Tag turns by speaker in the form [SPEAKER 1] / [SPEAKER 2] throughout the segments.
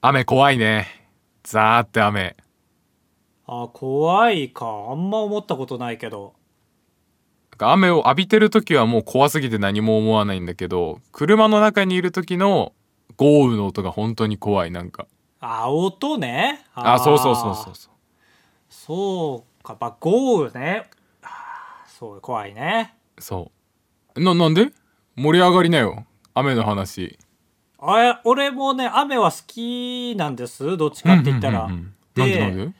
[SPEAKER 1] 雨怖いね。ザーって雨。
[SPEAKER 2] あ、怖いか。あんま思ったことないけど。
[SPEAKER 1] なんか雨を浴びてる時はもう怖すぎて何も思わないんだけど、車の中にいる時の豪雨の音が本当に怖い、なんか。
[SPEAKER 2] あ、音ね。
[SPEAKER 1] あ、そうそうそうそう。そう。
[SPEAKER 2] そうか。まあ、豪雨ね。あそう、怖いね。
[SPEAKER 1] そう。な、なんで盛り上がりなよ。雨の話。
[SPEAKER 2] あえ俺もね、雨は好きなんです。どっちかって言ったら。
[SPEAKER 1] うんうんうんうんなんでなんで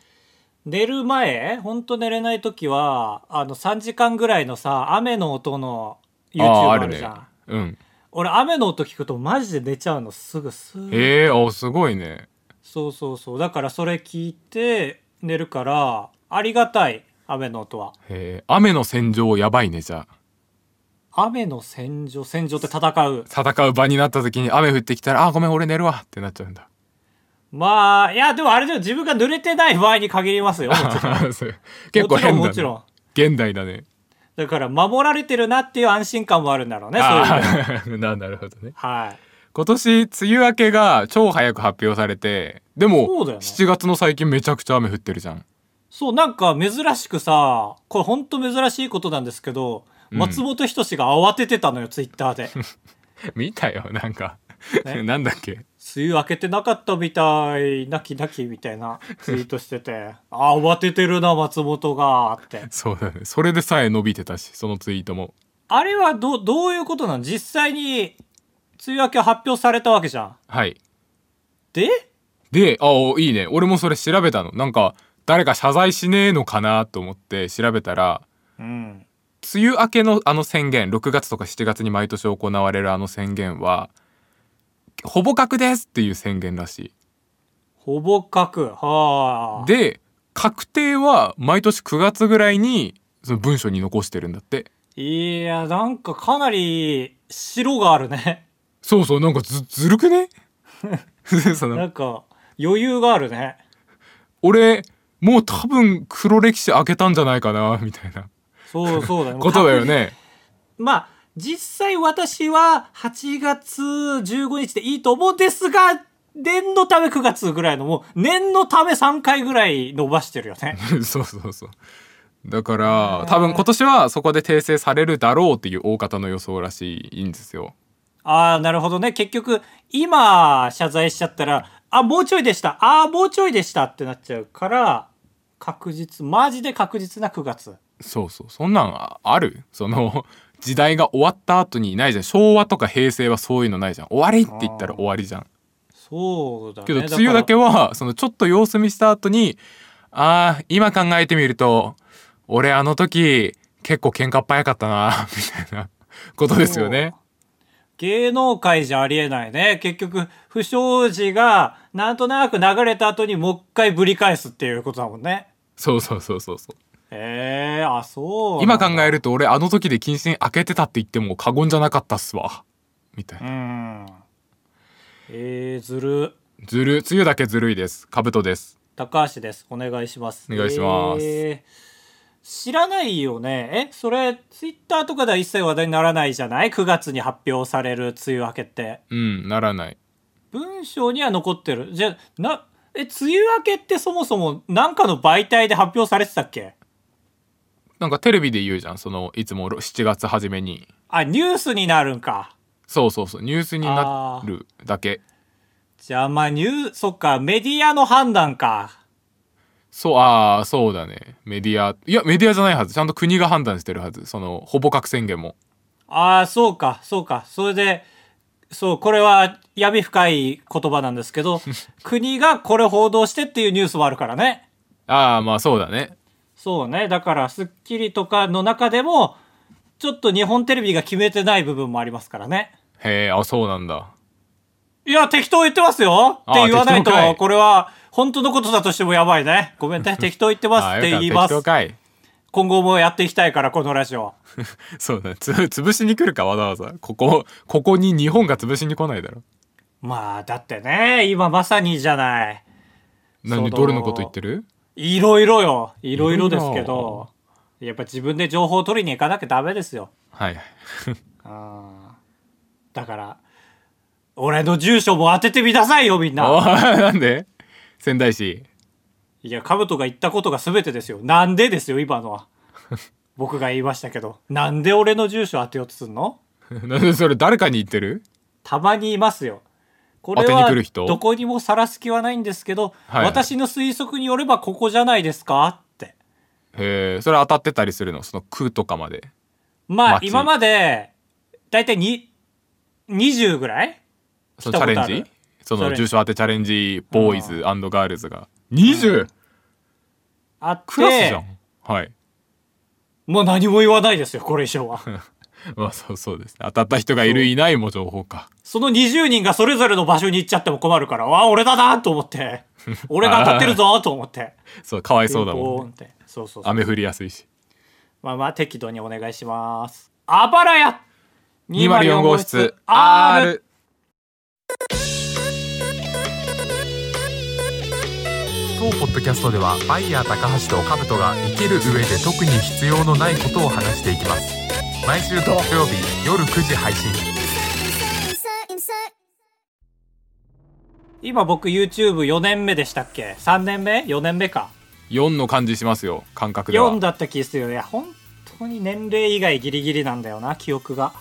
[SPEAKER 2] 寝る前、ほんと寝れない時は、あの、3時間ぐらいのさ、雨の音の YouTube あるじゃん。
[SPEAKER 1] ね。うん。
[SPEAKER 2] 俺、雨の音聞くとマジで寝ちゃうの。すぐすぐ。
[SPEAKER 1] ええー、あ、すごいね。
[SPEAKER 2] そうそうそう。だからそれ聞いて寝るから、ありがたい、雨の音は。
[SPEAKER 1] えー、雨の戦場やばいね、じゃあ。
[SPEAKER 2] 雨の戦場、戦場って戦う。
[SPEAKER 1] 戦う場になった時に雨降ってきたら、あ、ごめん、俺寝るわってなっちゃうんだ。
[SPEAKER 2] まあ、いや、でもあれでも自分が濡れてない場合に限りますよ。もちろ ん
[SPEAKER 1] そう結構変だ、ね、
[SPEAKER 2] もちろんも
[SPEAKER 1] 現代だね。
[SPEAKER 2] だから、守られてるなっていう安心感もあるんだろうね、そういう意味では。
[SPEAKER 1] あー ななるほどね。
[SPEAKER 2] はい。
[SPEAKER 1] 今年、梅雨明けが超早く発表されて、でも、
[SPEAKER 2] そうだよね
[SPEAKER 1] 7月の最近めちゃくちゃ雨降ってるじゃん。
[SPEAKER 2] そう、なんか珍しくさ、これほんと珍しいことなんですけど、松本人志が慌ててたのよ、ツイッターで。
[SPEAKER 1] 見たよ、なんか。
[SPEAKER 2] ね
[SPEAKER 1] なんだっけ
[SPEAKER 2] 梅雨明けてなかったみたい、なきなきみたいなツイートしてて、 あ、慌ててるな、松本が、って。
[SPEAKER 1] そうだね。それでさえ伸びてたし、そのツイートも。
[SPEAKER 2] あれはど、どういうことなの実際に、梅雨明けを発表されたわけじゃん。
[SPEAKER 1] はい。
[SPEAKER 2] で
[SPEAKER 1] で、あ、おいいね。俺もそれ調べたの。なんか、誰か謝罪しねえのかなと思って調べたら、
[SPEAKER 2] うん。
[SPEAKER 1] 梅雨明けのあの宣言6月とか7月に毎年行われるあの宣言はほぼ確ですっていう宣言らし
[SPEAKER 2] ほぼ確。はいあ。
[SPEAKER 1] で確定は毎年9月ぐらいにその文書に残してるんだって
[SPEAKER 2] いや、なんかかなり、白があるね。
[SPEAKER 1] そうそうなんかずずるくねそ
[SPEAKER 2] な
[SPEAKER 1] の
[SPEAKER 2] んか、余裕があるね。
[SPEAKER 1] 俺もう多分黒歴史開けたんじゃないかなみたいな
[SPEAKER 2] そうそう だね。
[SPEAKER 1] ことだよね
[SPEAKER 2] まあ、実際私は8月15日でいいと思うんですが、念のため9月ぐらいのもう、念のため3回ぐらい伸ばしてるよ ね。
[SPEAKER 1] そうそうそうだから多分今年はそこで訂正されるだろうっていう大方の予想らしいんですよ
[SPEAKER 2] ああ、なるほどね。結局、今、謝罪しちゃったら、あ、もうちょいでした。ああ、もうちょいでしたってなっちゃうから、確実、マジで確実な9月。
[SPEAKER 1] そうそうそんなんああるその時代が終わった後にないじゃん昭和とか平成はそういうのないじゃん終わりって言ったら終わりじゃん
[SPEAKER 2] そうだね。
[SPEAKER 1] けど梅雨だけ
[SPEAKER 2] は。
[SPEAKER 1] はそのちょっと様子見した後にあー今考えてみると俺あの時結構喧嘩っ早かったな みたいなことですよね
[SPEAKER 2] 芸能界じゃありえないね。結局、不祥事が、なんとなく流れた後にもう一回ぶり返すっていうことだもんね。
[SPEAKER 1] そうそうそうそうそう
[SPEAKER 2] ええあ、そう。。
[SPEAKER 1] 今考えると俺あの時で謹慎開けてたって言っても過言じゃなかったっすわみたいうなん
[SPEAKER 2] えー、ずる。
[SPEAKER 1] ずる梅雨だけずるいですかぶとです
[SPEAKER 2] 高橋です。お願いします。
[SPEAKER 1] お願いします
[SPEAKER 2] えー知らないよね。え、それ、ツイッターとかでは一切話題にならないじゃない ?9 月に発表される梅雨明けって。
[SPEAKER 1] うんならない
[SPEAKER 2] 文章には残ってる。じゃ、な、え、梅雨明けってそもそも何かの媒体で発表されてたっけ
[SPEAKER 1] なんかテレビで言うじゃんそのいつもろ7月初めに
[SPEAKER 2] あ、ニュースになるんか。
[SPEAKER 1] そうそうそうニュースになるだけ
[SPEAKER 2] じゃあ、まあ、ニュー、そっか、メディアの判断か。
[SPEAKER 1] そうああそうだねメディアいやメディアじゃないはずちゃんと国が判断してるはずそのほぼ核宣言も
[SPEAKER 2] ああ、そうか、そうか。それで、そう、これは闇深い言葉なんですけ ど、国がこれ報道してっていうニュースもあるからね。
[SPEAKER 1] ああまあそうだね
[SPEAKER 2] そうね。だから、スッキリとかの中でも、ちょっと日本テレビが決めてない部分もありますからね。
[SPEAKER 1] へえあそうなんだ
[SPEAKER 2] いや、適当言ってますよって
[SPEAKER 1] あー
[SPEAKER 2] 言わない
[SPEAKER 1] 適
[SPEAKER 2] と
[SPEAKER 1] 当かい、
[SPEAKER 2] これは本当のことだとしてもやばいね。ご めんね。適当言ってます
[SPEAKER 1] あ
[SPEAKER 2] っ
[SPEAKER 1] ー
[SPEAKER 2] て
[SPEAKER 1] よ
[SPEAKER 2] 言い
[SPEAKER 1] か
[SPEAKER 2] ま
[SPEAKER 1] った
[SPEAKER 2] す
[SPEAKER 1] 適当。かい
[SPEAKER 2] 今後もやっていきたいから、このラジオ。
[SPEAKER 1] そうだねつ潰しに来るかわざわざここここに日本が潰しに来ないだろ
[SPEAKER 2] まあ、だってね、今まさにじゃない。そ
[SPEAKER 1] 何
[SPEAKER 2] の
[SPEAKER 1] ドルのこと言ってる
[SPEAKER 2] いろいろよ。いろいろですけ
[SPEAKER 1] いろ
[SPEAKER 2] ど、やっぱ自分で情報を取りに行かなきゃダメですよ。
[SPEAKER 1] はいはい
[SPEAKER 2] あーだから、俺の住所も当ててみなさいよ、みん
[SPEAKER 1] お
[SPEAKER 2] な。
[SPEAKER 1] ー なんで仙台市。
[SPEAKER 2] いや、カブトが言ったことが全てですよ。なんでですよ、今 のは。僕が言いましたけど。なんで俺の住所当てようとすんの
[SPEAKER 1] なんでそれ誰かに言ってる
[SPEAKER 2] たまにいますよ。これ
[SPEAKER 1] 当てに
[SPEAKER 2] は
[SPEAKER 1] 来る人
[SPEAKER 2] どこにもさらす気はないんですけど、
[SPEAKER 1] はい
[SPEAKER 2] 私の推測によればここじゃないですかって。
[SPEAKER 1] へえ、それ当たってたりするのその空とかまで。
[SPEAKER 2] まあ
[SPEAKER 1] 松井
[SPEAKER 2] 今まで、だいたいに20ぐらい
[SPEAKER 1] そ
[SPEAKER 2] 来
[SPEAKER 1] の
[SPEAKER 2] た
[SPEAKER 1] チャレ
[SPEAKER 2] ことあ
[SPEAKER 1] ン
[SPEAKER 2] る
[SPEAKER 1] ジそ
[SPEAKER 2] チャ
[SPEAKER 1] の
[SPEAKER 2] レンジ
[SPEAKER 1] 住所当てチャレンジ、ボーイズガールズが。20!
[SPEAKER 2] あって、
[SPEAKER 1] クラスじゃん。はい。
[SPEAKER 2] もう何も言わないですよ、これ以上は。
[SPEAKER 1] まあそうそうです。当たった人がいるいないも情報か。
[SPEAKER 2] その20人がそれぞれの場所に行っちゃっても困るから、わあ、俺だなと思 って、俺が当たってるぞと思って。
[SPEAKER 1] そう、かわい そうだもん、
[SPEAKER 2] ピンポーン
[SPEAKER 1] ね。
[SPEAKER 2] って。そうそうそう。
[SPEAKER 1] 雨降りやすいし。
[SPEAKER 2] まあまあ、適度にお願いします。あばらや
[SPEAKER 1] 204号室
[SPEAKER 2] R!
[SPEAKER 1] R! 当ポッドキャストではバイヤー高橋と兜が生きる上で特に必要のないことを話していきます毎週土曜日夜9時配信
[SPEAKER 3] insert, insert.
[SPEAKER 2] 今僕 YouTube4 年目でしたっけ ?3 年目 ?4 年目か。
[SPEAKER 1] 4の感じしますよ感覚では
[SPEAKER 2] 4だった気するよ。いや、本当に年齢以外ギリギリなんだよな、記憶が。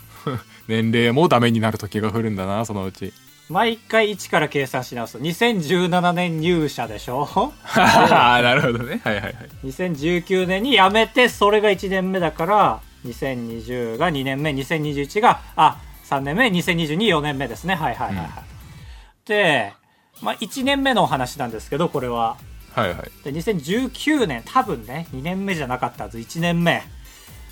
[SPEAKER 1] 年齢もダメになる時が来るんだなそのう ち
[SPEAKER 2] 毎回1から計算し直す。2017年入社でしょ
[SPEAKER 1] なるほどねはいはいはい
[SPEAKER 2] ?2019 年に辞めて、それが1年目だから、2020が2年目、2021が、あ、3年目、2022、4年目ですね。はいはいはいはい。で、まあ1年目のお話なんですけど、これは。
[SPEAKER 1] はいはい
[SPEAKER 2] で2019年多分ね2年目じゃなかったはず1年目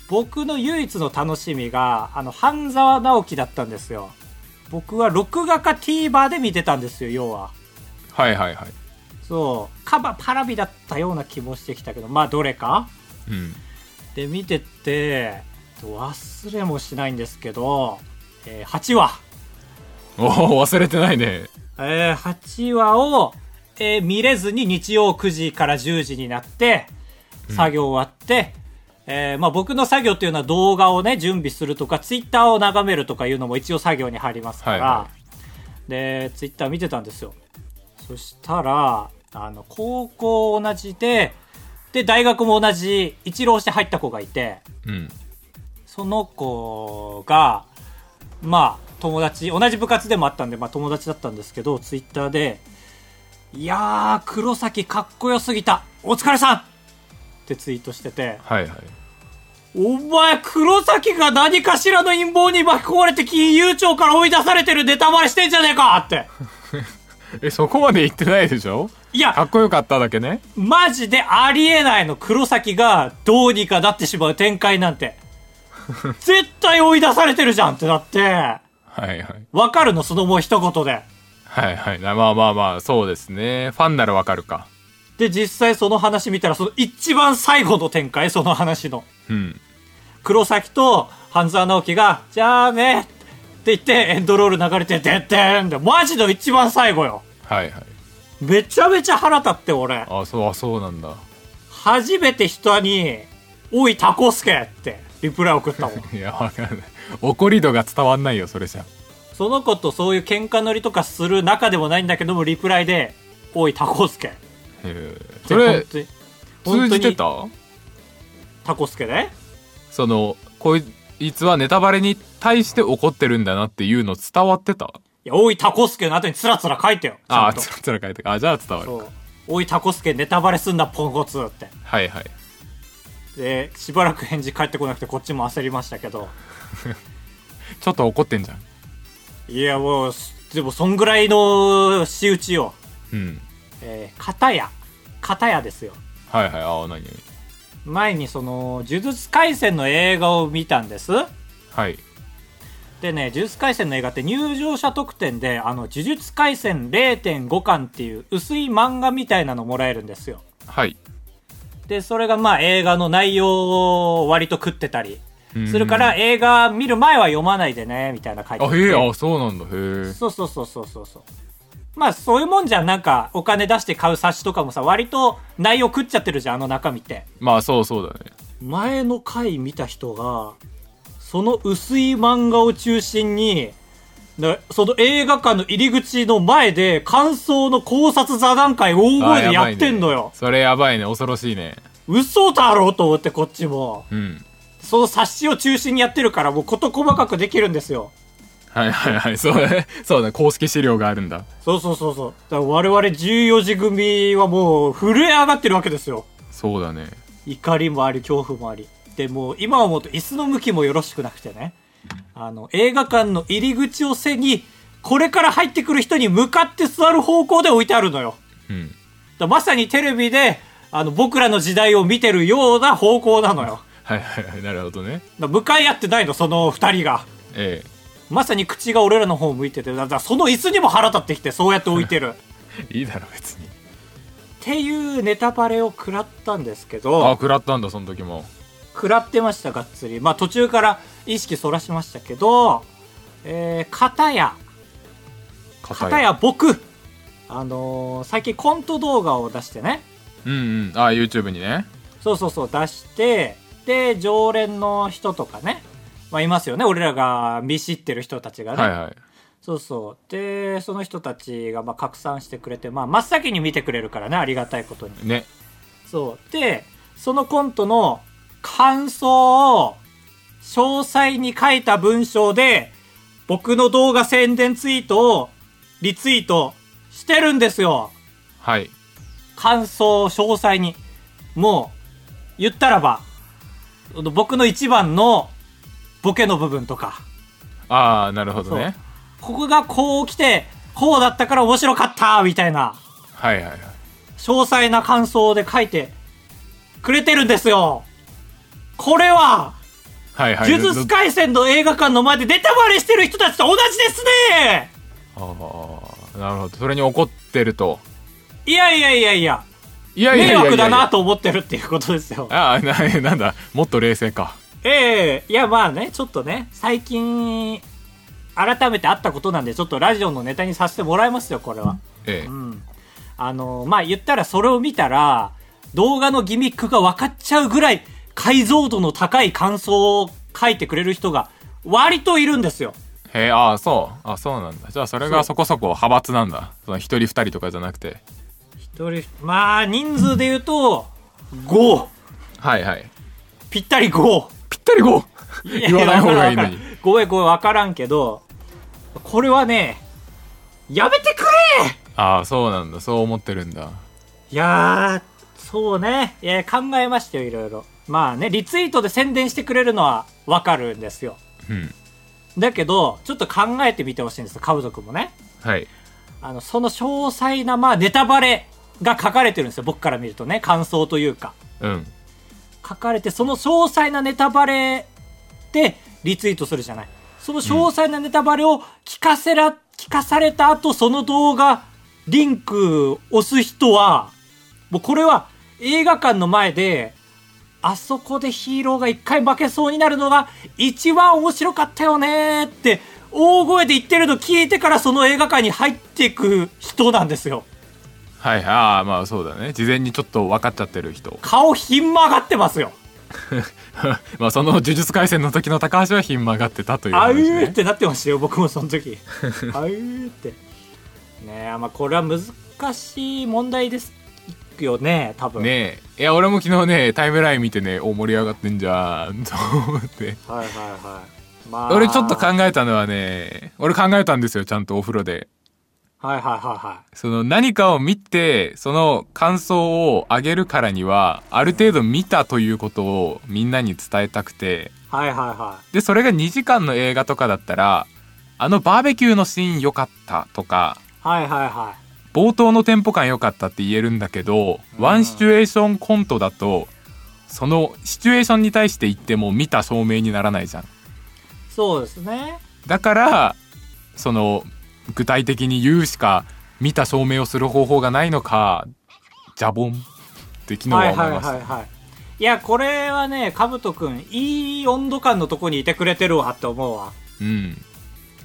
[SPEAKER 2] 僕の唯一の楽しみがあの半沢直樹だったんですよ僕は録画か TVer で見てたんですよ要は
[SPEAKER 1] はいはいはい
[SPEAKER 2] そうカバパラビだったような気もしてきたけどまあどれか
[SPEAKER 1] うん
[SPEAKER 2] で見てて忘れもしないんですけど、えー8話
[SPEAKER 1] おお忘れてないね
[SPEAKER 2] えー8話を、えー見れずに日曜9時から10時になって、作業終わって、えーまあ僕の作業っていうのは動画をね、準備するとか、ツイッターを眺めるとかいうのも一応作業に入りますから、
[SPEAKER 1] は
[SPEAKER 2] で、ツイッター見てたんですよ。そしたら、あの、高校同じで、で、大学も同じ、一浪して入った子がいて、
[SPEAKER 1] うん
[SPEAKER 2] その子が、まあ、友達、同じ部活でもあったんで、まあ友達だったんですけど、ツイッターで、いやー、黒崎かっこよすぎたお疲れさんってツイートしてて、
[SPEAKER 1] はいはい
[SPEAKER 2] お前、黒崎が何かしらの陰謀に巻き込まれて金融庁から追い出されてるネタバレしてんじゃねえかって。
[SPEAKER 1] えそこまで言ってないでしょ
[SPEAKER 2] いや
[SPEAKER 1] か、っこよかっただけね
[SPEAKER 2] マジでありえないの黒崎がどうにかなってしまう展開なん て。絶対追い出されてるじゃんってなって、
[SPEAKER 1] はいはい
[SPEAKER 2] わかるのそのもう一言で。
[SPEAKER 1] はいはいまあまあまあそうですねファンならわかるか
[SPEAKER 2] で、実際その話見たら、その一番最後の展開、その話の。
[SPEAKER 1] うん
[SPEAKER 2] 黒崎と半沢直樹が、じゃあねって言って、エンドロール流れて、でってんで、マジの一番最後よ。
[SPEAKER 1] はいはい
[SPEAKER 2] めちゃめちゃ腹立って、俺。
[SPEAKER 1] あそうあそうなんだ
[SPEAKER 2] 初めて人に、おい、タコスケって、リプライ送ったも ん。
[SPEAKER 1] いやわかんない怒り度が伝わんないよそれじゃ
[SPEAKER 2] その子とそういう喧嘩乗りとかする仲でもないんだけども、リプライで、おい、タコスケって。
[SPEAKER 1] へえそれ
[SPEAKER 2] 本当に
[SPEAKER 1] 通じて
[SPEAKER 2] 本当に
[SPEAKER 1] た
[SPEAKER 2] タコスケね。
[SPEAKER 1] そのこいつはネタバレに対して怒ってるんだなっていうの伝わってた
[SPEAKER 2] いや、おい、タコスケの後につらつら書いてよ。ちゃ
[SPEAKER 1] あ
[SPEAKER 2] ん
[SPEAKER 1] あ
[SPEAKER 2] と
[SPEAKER 1] つらつら書いてあじゃあ伝わる
[SPEAKER 2] そう。おい、タコスケネタバレすんな、ポンコツって。
[SPEAKER 1] はいはい
[SPEAKER 2] で、しばらく返事返ってこなくて、こっちも焦りましたけど。
[SPEAKER 1] ちょっと怒ってんじゃん
[SPEAKER 2] いや、もう、すでも、そんぐらいの仕打ちを。
[SPEAKER 1] うん
[SPEAKER 2] えー、片や。片やですよ。
[SPEAKER 1] はいはいああ何々
[SPEAKER 2] 前に、その、呪術廻戦の映画を見たんです。
[SPEAKER 1] はい
[SPEAKER 2] でね、呪術廻戦の映画って入場者特典で、あの、呪術廻戦0.5巻っていう薄い漫画みたいなのもらえるんですよ。
[SPEAKER 1] はい
[SPEAKER 2] で、それがまあ映画の内容を割と食ってたり
[SPEAKER 1] うん
[SPEAKER 2] するから、映画見る前は読まないでね、みたいな書いて
[SPEAKER 1] あ
[SPEAKER 2] あって
[SPEAKER 1] へえあそうなんだへえ
[SPEAKER 2] そうそうそうそうそうそう。まあそういうもんじゃんなんかお金出して買う冊子とかもさ、割と内容食っちゃってるじゃん、あの中身って。
[SPEAKER 1] まあそうそうだね
[SPEAKER 2] 前の回見た人が、その薄い漫画を中心に、でその映画館の入り口の前で、感想の考察座談会大声でやってんの
[SPEAKER 1] あやばい
[SPEAKER 2] よ
[SPEAKER 1] ね。それやばいね恐ろしいね
[SPEAKER 2] 嘘だろうと思ってこっちも。
[SPEAKER 1] うん
[SPEAKER 2] その冊子を中心にやってるから、もう事細かくできるんですよ。
[SPEAKER 1] はいはいはいそうねそうだ公式資料があるんだ
[SPEAKER 2] そうそうそうそう。だから我々14時組はもう震え上がってるわけですよ。
[SPEAKER 1] そうだね
[SPEAKER 2] 怒りもあり、恐怖もあり。でもう今思うと椅子の向きもよろしくなくてね。あの、映画館の入り口を背に、これから入ってくる人に向かって座る方向で置いてあるのよ。
[SPEAKER 1] うん
[SPEAKER 2] だまさにテレビで、あの、僕らの時代を見てるような方向なのよ。
[SPEAKER 1] はいはいはいなるほどね
[SPEAKER 2] だ向かい合ってないの、その二人が。
[SPEAKER 1] え
[SPEAKER 2] まさに口が俺らの方向いてて、だだからその椅子にも腹立ってきて、そうやって置いてる。っ
[SPEAKER 1] えいいだろ別に
[SPEAKER 2] ていうネタバレを食らったんですけ
[SPEAKER 1] あ
[SPEAKER 2] ど、
[SPEAKER 1] 食らったんだその時も
[SPEAKER 2] 食らってました、がっつり。まあ途中から意識そらしましたけど、えー、片や、片や僕、あのー最近コント動画を出してね、
[SPEAKER 1] うんうんあ YouTube にね
[SPEAKER 2] そうそうそう、出して、で、常連の人とかね、まあいますよね、俺らが見知ってる人たちがね。
[SPEAKER 1] はいはい
[SPEAKER 2] そうそう。で、その人たちがまあ拡散してくれて、まあ真っ先に見てくれるからね、ありがたいことに。
[SPEAKER 1] ね
[SPEAKER 2] そう。で、そのコントの感想を詳細に書いた文章で、僕の動画宣伝ツイートをリツイートしてるんですよ。
[SPEAKER 1] はい
[SPEAKER 2] 感想を詳細に。もう、言ったらば、僕の一番のボケの部分とか。
[SPEAKER 1] ああなるほどね
[SPEAKER 2] ここがこう来て、こうだったから面白かったみたいな、
[SPEAKER 1] はいはいはい
[SPEAKER 2] 詳細な感想で書いてくれてるんですよこれは、
[SPEAKER 1] はいはい
[SPEAKER 2] 呪術廻戦の映画館の前でネタバレしてる人たちと同じですね
[SPEAKER 1] ああなるほどそれに怒ってると
[SPEAKER 2] いやいやいやいや、
[SPEAKER 1] いやいやいや
[SPEAKER 2] 迷
[SPEAKER 1] いや
[SPEAKER 2] 惑だなと思ってるっていうことですよ。
[SPEAKER 1] ああな なんだもっと冷静か
[SPEAKER 2] ええいやまあね、ちょっとね、最近、改めてあったことなんで、ちょっとラジオのネタにさせてもらいますよ、これは。
[SPEAKER 1] ええ
[SPEAKER 2] うん、あのまあ言ったらそれを見たら動画のギミックが分かっちゃうぐらい解像度の高い感想を書いてくれる人が割といるんですよ
[SPEAKER 1] へえああそうあそうなんだじゃあそれ
[SPEAKER 2] そう
[SPEAKER 1] がそこそこ派閥なんだその一人二人とかじゃなくて
[SPEAKER 2] 一人まあ人数で言うと5
[SPEAKER 1] はいはい
[SPEAKER 2] ぴったり5
[SPEAKER 1] ぴったり 5! 言わない方がいいのに
[SPEAKER 2] ごめんごめん分からんけどこれはねやめてくれ
[SPEAKER 1] ああそうなんだそう思ってるんだ
[SPEAKER 2] いやーそうねいや考えましたよいろいろまあねリツイートで宣伝してくれるのは分かるんですよ
[SPEAKER 1] うん
[SPEAKER 2] だけど、ちょっと考えてみてほしいんですよ、カブト君もね。
[SPEAKER 1] はい
[SPEAKER 2] あの、その詳細な、まあ、ネタバレが書かれてるんですよ、僕から見るとね、感想というか。
[SPEAKER 1] うん
[SPEAKER 2] 書かれて、その詳細なネタバレでリツイートするじゃない。その詳細なネタバレを聞かせら、聞かされた後、その動画、リンク押す人は、もうこれは映画館の前で、あそこでヒーローが一回負けそうになるのが一番面白かったよねーって大声で言ってるの聞いてからその映画館に入っていく人なんですよ。
[SPEAKER 1] はいああまあそうだね事前にちょっと分かっちゃってる人
[SPEAKER 2] 顔ひん曲がってますよ。
[SPEAKER 1] まあその呪術廻戦の時の高橋はひん曲がってたという
[SPEAKER 2] あう
[SPEAKER 1] 話、
[SPEAKER 2] ーっ
[SPEAKER 1] ね、
[SPEAKER 2] てなってましたよ僕もその 時あうーってねえまあこれは難しい問題ですよね多分
[SPEAKER 1] ねえいや俺も昨日ねタイムライン見てねお盛り上がってんじゃんと思って
[SPEAKER 2] はいはいはいまあ
[SPEAKER 1] 俺ちょっと考えたのはね俺考えたんですよちゃんとお風呂で
[SPEAKER 2] はいはいはいは
[SPEAKER 1] その何かを見てその感想をあげるからにはある程度見たということをみんなに伝えたくて
[SPEAKER 2] いはいはいは
[SPEAKER 1] でそれが2時間の映画とかだったらあのバーベキューのシーン良かったとか
[SPEAKER 2] いはいはいは
[SPEAKER 1] 冒頭のテンポ感良かったって言えるんだけど、
[SPEAKER 2] うん
[SPEAKER 1] ワンシチュエーションコントだとそのシチュエーションに対して言っても見た証明にならないじゃん
[SPEAKER 2] いそうですね
[SPEAKER 1] だからその具体的に言うしか見た証明をする方法がないのかジャボンって昨日
[SPEAKER 2] は
[SPEAKER 1] はい思
[SPEAKER 2] はいい
[SPEAKER 1] ました、
[SPEAKER 2] はいはいいやこれはねかぶとくんいい温度感のとこにいてくれてるわって思うわ
[SPEAKER 1] うん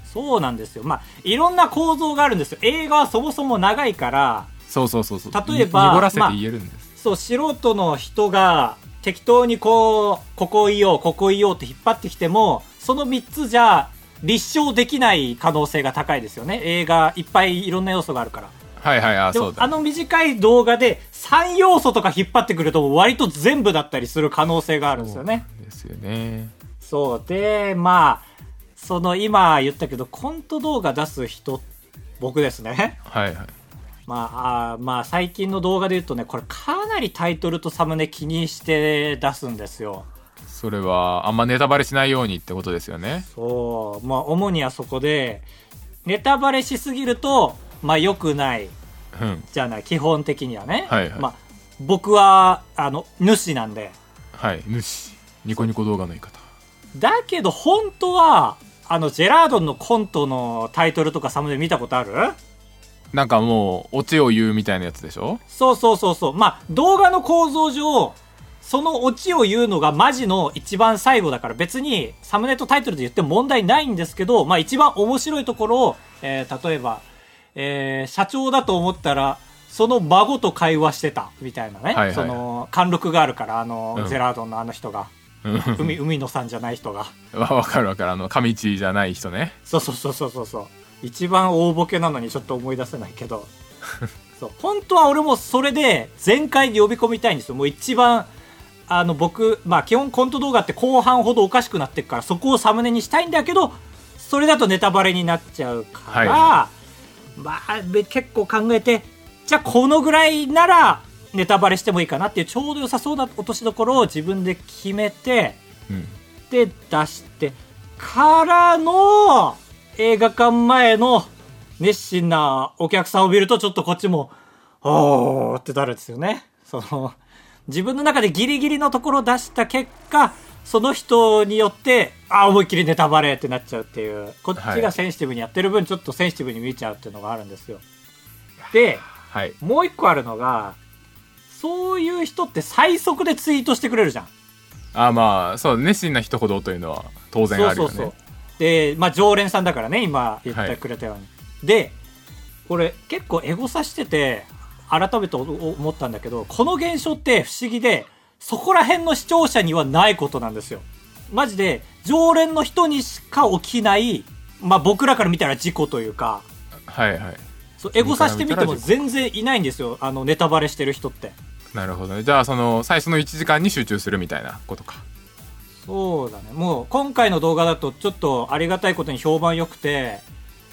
[SPEAKER 2] そうなんですよまあいろんな構造があるんですよ映画はそもそも長いから
[SPEAKER 1] そうそうそうそう
[SPEAKER 2] 例えば
[SPEAKER 1] 濁らせて
[SPEAKER 2] まあ
[SPEAKER 1] 言えるんです、
[SPEAKER 2] そう、素人の人が適当にこう、ここいよう、ここいようって引っ張ってきても、その3つじゃ立証できない可能性が高いですよね映画いっぱいいろんな要素があるから
[SPEAKER 1] はいはいあ
[SPEAKER 2] で
[SPEAKER 1] そ
[SPEAKER 2] も
[SPEAKER 1] う
[SPEAKER 2] あ
[SPEAKER 1] だ
[SPEAKER 2] の短い動画で3要素とか引っ張ってくると割と全部だったりする可能性があるんですよね
[SPEAKER 1] ですよね
[SPEAKER 2] そうでまあその今言ったけどコント動画出す人僕ですね
[SPEAKER 1] はいはい
[SPEAKER 2] まああーまあ最近の動画で言うとねこれかなりタイトルとサムネ気にして出すんですよ
[SPEAKER 1] それはあんまネタバレしないようにってことですよね
[SPEAKER 2] そうまあ主にはそこでネタバレしすぎるとまあ良くない
[SPEAKER 1] うん
[SPEAKER 2] じゃない基本的にはね、
[SPEAKER 1] はいはい
[SPEAKER 2] まあ、僕はあの主なんで
[SPEAKER 1] はい主ニコニコ動画の言い方
[SPEAKER 2] だけど本当はあのジェラードンのコントのタイトルとかサムネ見たことある
[SPEAKER 1] なんかもうオチを言うみたいなやつでしょ
[SPEAKER 2] そうそうそうそうまあ動画の構造上そのオチを言うのがマジの一番最後だから別にサムネとタイトルで言っても問題ないんですけど、まあ一番面白いところを、えー例えば、えー社長だと思ったら、その孫と会話してた、みたいなね。
[SPEAKER 1] いはいはい
[SPEAKER 2] その、貫禄があるから、あの、
[SPEAKER 1] うん
[SPEAKER 2] ゼラードンのあの人が、
[SPEAKER 1] うん
[SPEAKER 2] 海、海野さんじゃない人が。
[SPEAKER 1] わわかるわかるあの上地じゃない人ね
[SPEAKER 2] そうそうそうそうそうそう一番大ボケなのにちょっと思い出せないけど そう本当は俺もそれで全開に呼び込みたいんですよもう一番あの僕まあ基本コント動画って後半ほどおかしくなってくからそこをサムネにしたいんだけどそれだとネタバレになっちゃうから、
[SPEAKER 1] は
[SPEAKER 2] まあべ結構考えてじゃあこのぐらいならネタバレしてもいいかなっていうちょうど良さそうな落としどころを自分で決めて
[SPEAKER 1] うん
[SPEAKER 2] で出してからの映画館前の熱心なお客さんを見るとちょっとこっちもおーってなるんですよねその自分の中でギリギリのところを出した結果その人によってあー思いっきりネタバレってなっちゃうっていうこっち
[SPEAKER 1] は
[SPEAKER 2] が
[SPEAKER 1] い
[SPEAKER 2] センシティブにやってる分ちょっとセンシティブに見ちゃうっていうのがあるんですよで
[SPEAKER 1] はい
[SPEAKER 2] もう一個あるのがそういう人って最速でツイートしてくれるじゃん
[SPEAKER 1] あまあそう熱心な人ほどというのは当然あるよね
[SPEAKER 2] そうそうそうでまあ常連さんだからね今言ってくれたように、でこれ結構エゴさしてて改めておお思ったんだけどこの現象って不思議でそこら辺の視聴者にはないことなんですよマジで常連の人にしか起きないまあ僕らから見たら事故というか
[SPEAKER 1] はいはい
[SPEAKER 2] そうエゴさしてみても全然いないんですよあのネタバレしてる人って
[SPEAKER 1] なるほどねじゃあその最初の1時間に集中するみたいなことか
[SPEAKER 2] そうだねもう今回の動画だとちょっとありがたいことに評判良くて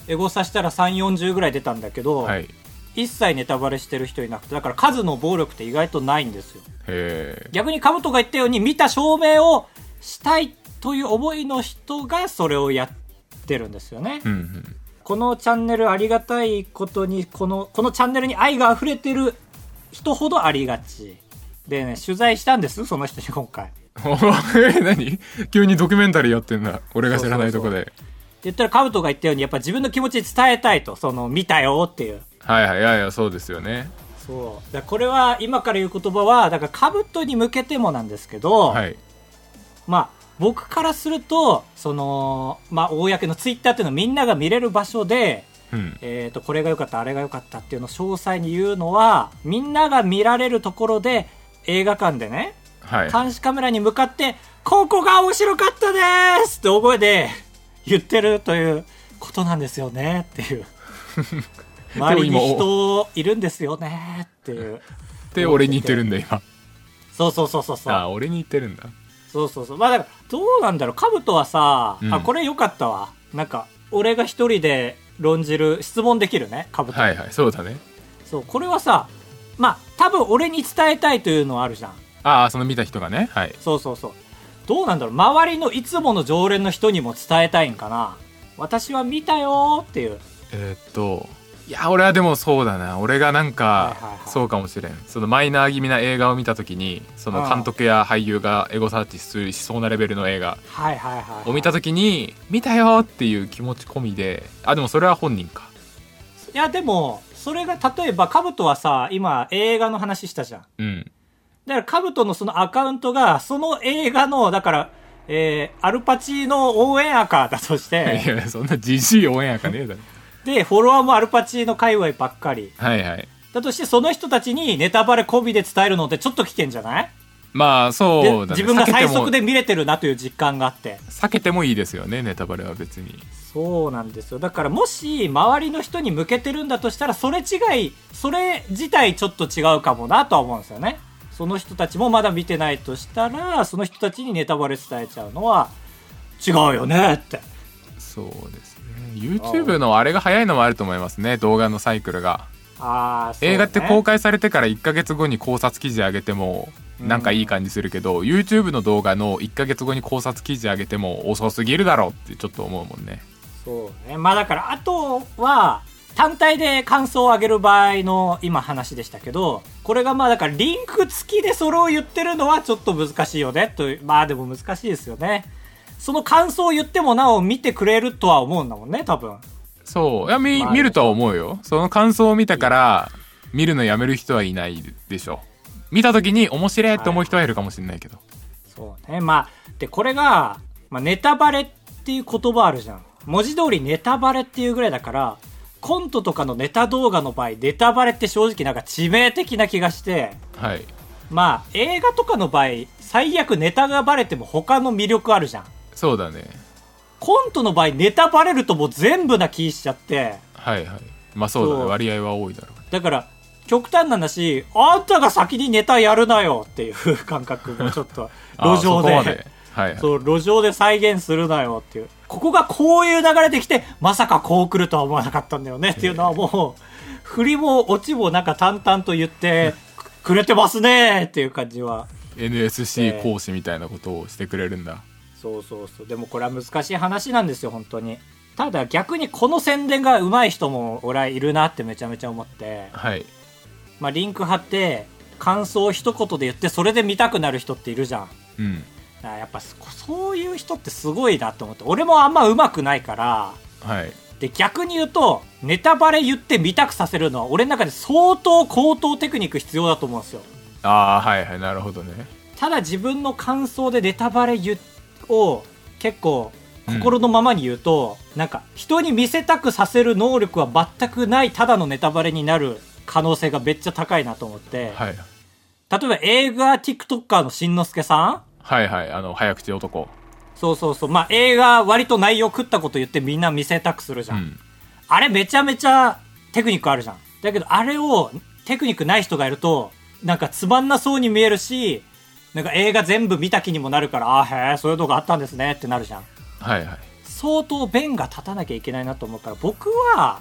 [SPEAKER 2] エゴサしたら3 4 0ぐらい出たんだけど、
[SPEAKER 1] はいへ
[SPEAKER 2] 一切ネタバレしてる人いなくてだから数の暴力って意外とないんですよ
[SPEAKER 1] え
[SPEAKER 2] 逆にカブトが言ったように見た証明をしたいという思いの人がそれをやってるんですよね、
[SPEAKER 1] うんうん
[SPEAKER 2] このチャンネルありがたいことにこのこのチャンネルに愛が溢れてる人ほどありがちでね取材したんですその人に今回
[SPEAKER 1] おえ 何急にドキュメンタリーやってんだ俺が知らないとこで
[SPEAKER 2] 言ったらカブトが言ったようにやっぱ自分の気持ち伝えたいとその見たよっていう
[SPEAKER 1] はいはいいやいやそうですよね
[SPEAKER 2] そうだからこれは今から言う言葉はだからカブトに向けてもなんですけど、
[SPEAKER 1] はい
[SPEAKER 2] まあ僕からするとそのまあ公のツイッターっていうのはみんなが見れる場所で
[SPEAKER 1] うん
[SPEAKER 2] えー、とこれが良かったあれが良かったっていうのを詳細に言うのはみんなが見られるところで映画館でね
[SPEAKER 1] はい
[SPEAKER 2] 監視カメラに向かって「ここが面白かったです!」って大声で言ってるということなんですよねっ ていう周りに人いるんですよねっていう
[SPEAKER 1] で俺に言ってるんだ今
[SPEAKER 2] そうそうそうそうそう
[SPEAKER 1] あ俺に言ってるんだ
[SPEAKER 2] そうそうそうまあだからどうなんだろうカブトはさ、
[SPEAKER 1] うん
[SPEAKER 2] あこれ良かったわなんか俺が一人で論じる質問できるねカブト、
[SPEAKER 1] はいはいそうだね
[SPEAKER 2] そうこれはさまあ多分俺に伝えたいというのはあるじゃん
[SPEAKER 1] ああその見た人がねはい
[SPEAKER 2] そうそうそうどうなんだろう周りのいつもの常連の人にも伝えたいんかな私は見たよーっていう
[SPEAKER 1] えーっといや俺はでもそうだな俺がなん
[SPEAKER 2] はいはいは
[SPEAKER 1] か
[SPEAKER 2] い
[SPEAKER 1] そうかもしれんそのマイナー気味な映画を見た時にその監督や俳優がエゴサーチするしそうなレベルの映画
[SPEAKER 2] はいはいはい、はい、
[SPEAKER 1] を見た時に「見たよ!」っていう気持ち込みであでもそれは本人か
[SPEAKER 2] いやでもそれが例えばカブトはさ今映画の話したじゃん
[SPEAKER 1] うん
[SPEAKER 2] だから、カブトのそのアカウントが、その映画の、だから、えー、アルパチーノ応援アカだとし
[SPEAKER 1] い
[SPEAKER 2] て、
[SPEAKER 1] や そんなじじい応援やかねえだろ
[SPEAKER 2] で、フォロワーもアルパチーノ界隈ばっかり。
[SPEAKER 1] はいはい
[SPEAKER 2] だとして、その人たちにネタバレ込みで伝えるのってちょっと危険じゃない
[SPEAKER 1] まあ
[SPEAKER 2] で
[SPEAKER 1] そうだね
[SPEAKER 2] 自分が最速
[SPEAKER 1] 避けて
[SPEAKER 2] で見れてるなという実感があって
[SPEAKER 1] も避けてもいいですよねネタバレは別に
[SPEAKER 2] そうなんですよだからもし周りの人に向けてるんだとしたらそれ違いそれ自体ちょっと違うかもなとは思うんですよねその人たちもまだ見てないとしたらその人たちにネタバレ伝えちゃうのは違うよねって
[SPEAKER 1] そうですね YouTube のあれが早いのもあると思いますね動画のサイクルが
[SPEAKER 2] ああ、そうね
[SPEAKER 1] 映画って公開されてから1ヶ月後に考察記事上げてもなんかいい感じするけど、YouTube の動画の1ヶ月後に考察記事上げても遅すぎるだろうってちょっと思うもんね
[SPEAKER 2] そうねまあだからあとは単体で感想を上げる場合の今話でしたけどこれがまあだからリンク付きでそれを言ってるのはちょっと難しいよねというまあでも難しいですよねその感想を言ってもなお見てくれるとは思うんだもんね多分
[SPEAKER 1] そういや見,、
[SPEAKER 2] まあ
[SPEAKER 1] 見るとは思うよその感想を見たから見るのやめる人はいないでしょ見た時に面白いと思う人はいるかもしれないけど、
[SPEAKER 2] そうねまあでこれが、まあ、ネタバレっていう言葉あるじゃん文字通りネタバレっていうぐらいだからコントとかのネタ動画の場合ネタバレって正直なんか致命的な気がして
[SPEAKER 1] はい
[SPEAKER 2] まあ映画とかの場合最悪ネタがバレても他の魅力あるじゃん
[SPEAKER 1] そうだね
[SPEAKER 2] コントの場合ネタバレるともう全部な気しちゃって
[SPEAKER 1] はいはいまあそうだね
[SPEAKER 2] そう
[SPEAKER 1] 割合は多いだろうね
[SPEAKER 2] だから極端な話あんたが先にネタやるなよっていう感覚もちょっと
[SPEAKER 1] あー
[SPEAKER 2] 路上
[SPEAKER 1] そこ
[SPEAKER 2] で
[SPEAKER 1] まはい、はい、
[SPEAKER 2] そう路上で再現するなよっていうここがこういう流れできてまさかこう来るとは思わなかったんだよねっていうのは もう振りも落ちもなんか淡々と言ってくれてますねっていう感じは
[SPEAKER 1] NSC 講師みたいなことをしてくれるんだ
[SPEAKER 2] そうそうそう。でもこれは難しい話なんですよ、本当に。ただ逆にこの宣伝が上手い人も俺はいるなってめちゃめちゃ思って、
[SPEAKER 1] はい
[SPEAKER 2] まあリンク貼って感想を一言で言ってそれで見たくなる人っているじゃん。だ
[SPEAKER 1] うん
[SPEAKER 2] からやっぱそそういう人ってすごいなと思って、俺もあんま上手くないから、
[SPEAKER 1] はい
[SPEAKER 2] で逆に言うとネタバレ言って見たくさせるのは俺の中で相当高等テクニック必要だと思うんですよ。
[SPEAKER 1] ああはいはいなるほどね
[SPEAKER 2] ただ自分の感想でネタバレ言うを結構心のままに言うと、なんか人に見せたくさせる能力は全くないただのネタバレになる可能性がめっちゃ高いなと思って、
[SPEAKER 1] はい
[SPEAKER 2] 例えば映画 TikToker のしんのすけさん
[SPEAKER 1] はいはいあの早口男
[SPEAKER 2] そうそうそうまあ映画割と内容食ったこと言ってみんな見せたくするじ
[SPEAKER 1] う
[SPEAKER 2] ゃん、
[SPEAKER 1] ん
[SPEAKER 2] あれめちゃめちゃテクニックあるじゃんだけどあれをテクニックない人がいるとなんかつまんなそうに見えるしなんか映画全部見た気にもなるからあーへえそういうとこあったんですねってなるじゃん
[SPEAKER 1] はいはい
[SPEAKER 2] 相当弁が立たなきゃいけないなと思うから僕は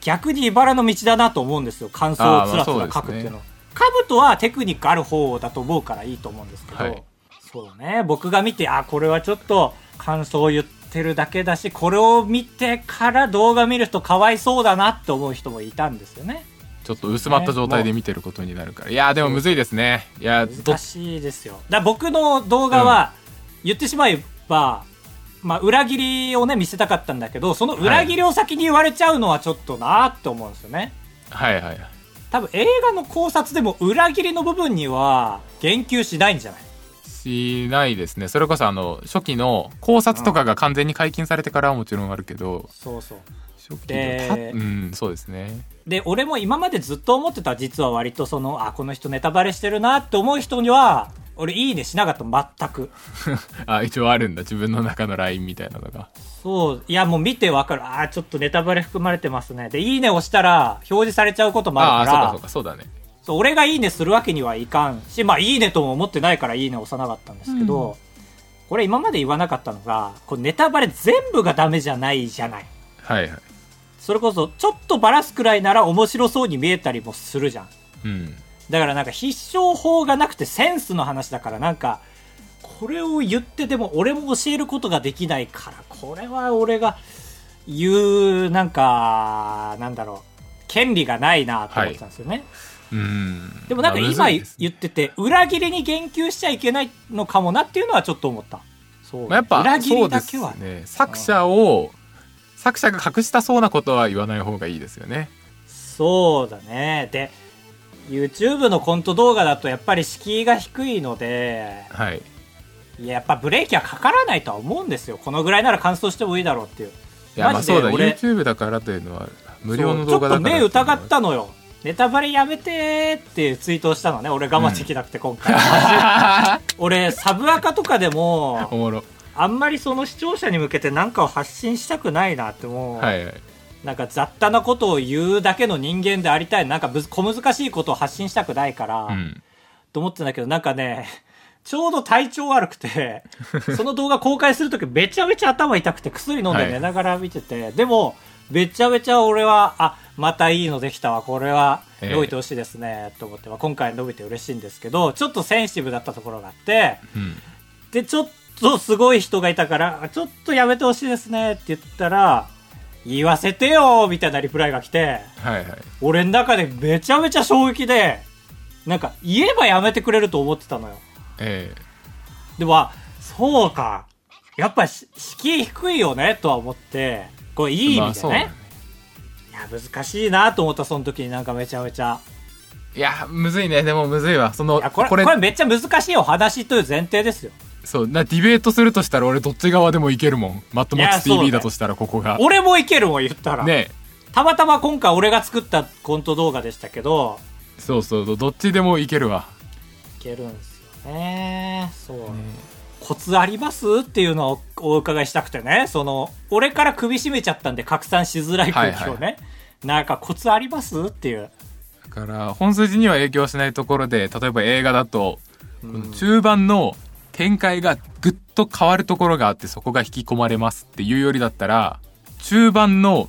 [SPEAKER 2] 逆に茨の道だなと思うんですよ感想をつらつ
[SPEAKER 1] あ
[SPEAKER 2] ら書くっていうの
[SPEAKER 1] ーまあそうですね
[SPEAKER 2] カブトはテクニックある方だと思うからいいと思うんですけど、
[SPEAKER 1] はい
[SPEAKER 2] そうね僕が見てあこれはちょっと感想を言ってるだけだしこれを見てから動画見るとかわいそうだなって思う人もいたんですよね
[SPEAKER 1] ちょっと薄まった状態で見てることになるからいやーでもむずいですねいやーど
[SPEAKER 2] 難しいですよだから僕の動画は言ってしまえば、まあ、裏切りをね見せたかったんだけどその裏切りを先に言われちゃうのはちょっとなーって思うんですよね
[SPEAKER 1] はいはい
[SPEAKER 2] 多分映画の考察でも裏切りの部分には言及しないんじゃない
[SPEAKER 1] しないですねそれこそあの初期の考察とかが完全に解禁されてからはもちろんあるけど
[SPEAKER 2] そうそう
[SPEAKER 1] 初期
[SPEAKER 2] で
[SPEAKER 1] たうんそうですね
[SPEAKER 2] で俺も今までずっと思ってた実は割とそのあこの人ネタバレしてるなって思う人には俺いいねしなかった全く
[SPEAKER 1] あ一応あるんだ自分の中のラインみたいなのが
[SPEAKER 2] そういやもう見てわかるあーちょっとネタバレ含まれてますねでいいね押したら表示されちゃうことも
[SPEAKER 1] あ
[SPEAKER 2] あ
[SPEAKER 1] あー
[SPEAKER 2] る
[SPEAKER 1] そうか
[SPEAKER 2] から
[SPEAKER 1] そうかそうだね
[SPEAKER 2] そう俺がいいねするわけにはいかんしまあいいねとも思ってないからいいね押さなかったんですけど、これ今まで言わなかったのがこうネタバレ全部がダメじゃないじゃない
[SPEAKER 1] はいはい
[SPEAKER 2] それこそちょっとバラすくらいなら面白そうに見えたりもするじゃん
[SPEAKER 1] うん
[SPEAKER 2] だからなんか必勝法がなくてセンスの話だからなんかこれを言ってでも俺も教えることができないからこれは俺が言うなんかなんだろう権利がないなと思ってたんですよね、
[SPEAKER 1] うん
[SPEAKER 2] でもなんか
[SPEAKER 1] まあむ
[SPEAKER 2] 今
[SPEAKER 1] ずいですね
[SPEAKER 2] 言ってて、裏切りに言及しちゃいけないのかもなっていうのはちょっと思った。そう。
[SPEAKER 1] まあ、やっぱ
[SPEAKER 2] 裏切りだけ
[SPEAKER 1] そ
[SPEAKER 2] は
[SPEAKER 1] う。ですね作者を作者が隠したそうなことは言わない方がいいですよね
[SPEAKER 2] そうだね。で、YouTube のコント動画だとやっぱり敷居が低いので、
[SPEAKER 1] はい
[SPEAKER 2] いややっぱブレーキはかからないとは思うんですよ。このぐらいなら感想してもいいだろうっていう。
[SPEAKER 1] いやま
[SPEAKER 2] マ
[SPEAKER 1] あ
[SPEAKER 2] ジで
[SPEAKER 1] そうだ
[SPEAKER 2] 俺
[SPEAKER 1] YouTube だからというのは無料の動画
[SPEAKER 2] そ
[SPEAKER 1] だ
[SPEAKER 2] う
[SPEAKER 1] から
[SPEAKER 2] ちょっと目疑ったのよ。ネタバレやめてーっていうツイートをしたのね俺我慢できなくて今回、 俺サブアカとかで
[SPEAKER 1] お
[SPEAKER 2] も
[SPEAKER 1] もろ
[SPEAKER 2] あんまりその視聴者に向けて何かを発信したくないなってもう、
[SPEAKER 1] はいはい
[SPEAKER 2] なんか雑多なことを言うだけの人間でありたいなんかぶ小難しいことを発信したくないから、
[SPEAKER 1] うん
[SPEAKER 2] と思ってんだけどなんかね ちょうど体調悪く てその動画公開する時めちゃめちゃ頭痛くて薬飲ん
[SPEAKER 1] は
[SPEAKER 2] で
[SPEAKER 1] い
[SPEAKER 2] 寝ながら見てて、でもめちゃめちゃ俺はあまたいいのできたわこれは
[SPEAKER 1] ええ
[SPEAKER 2] 伸びてほしいですね、と思って、まあ、今回伸びて嬉しいんですけどちょっとセンシティブだったところがあって
[SPEAKER 1] うん
[SPEAKER 2] でちょっとすごい人がいたからあちょっとやめてほしいですねって言ったら言わせてよみたいなリプライが来て
[SPEAKER 1] はいはい
[SPEAKER 2] 俺の中でめちゃめちゃ衝撃でなんか言えばやめてくれると思ってたのよ
[SPEAKER 1] え
[SPEAKER 2] でもあそうかやっぱし敷居低いよねとは思ってこれい
[SPEAKER 1] え
[SPEAKER 2] い意
[SPEAKER 1] まあ
[SPEAKER 2] 味で
[SPEAKER 1] そ
[SPEAKER 2] ね,、
[SPEAKER 1] うだね
[SPEAKER 2] いや難しいなと思ったその時になんかめちゃめちゃ
[SPEAKER 1] いやむずいねでもむずいわその
[SPEAKER 2] いやこれこれめっちゃ難しいお話という前提ですよ
[SPEAKER 1] そうなディベートするとしたら俺どっち側でもいけるもんマットマックス
[SPEAKER 2] いやそう
[SPEAKER 1] TV
[SPEAKER 2] だ
[SPEAKER 1] だ
[SPEAKER 2] よ
[SPEAKER 1] としたらここが
[SPEAKER 2] 俺もいけるもん言ったら、
[SPEAKER 1] ね
[SPEAKER 2] たまたま今回俺が作ったコント動画でしたけど
[SPEAKER 1] そうそうそうどっちでもいけるわ
[SPEAKER 2] いけるんですよねそう、コツありますっていうのをおお伺いしたくてねその俺から首絞めちゃったんで拡散しづらい空気を
[SPEAKER 1] は
[SPEAKER 2] ね、
[SPEAKER 1] いは
[SPEAKER 2] なんかコツありますっていう
[SPEAKER 1] だから本筋には影響しないところで例えば映画だと、この中盤の展開がぐっと変わるところがあってそこが引き込まれますっていうよりだったら中盤の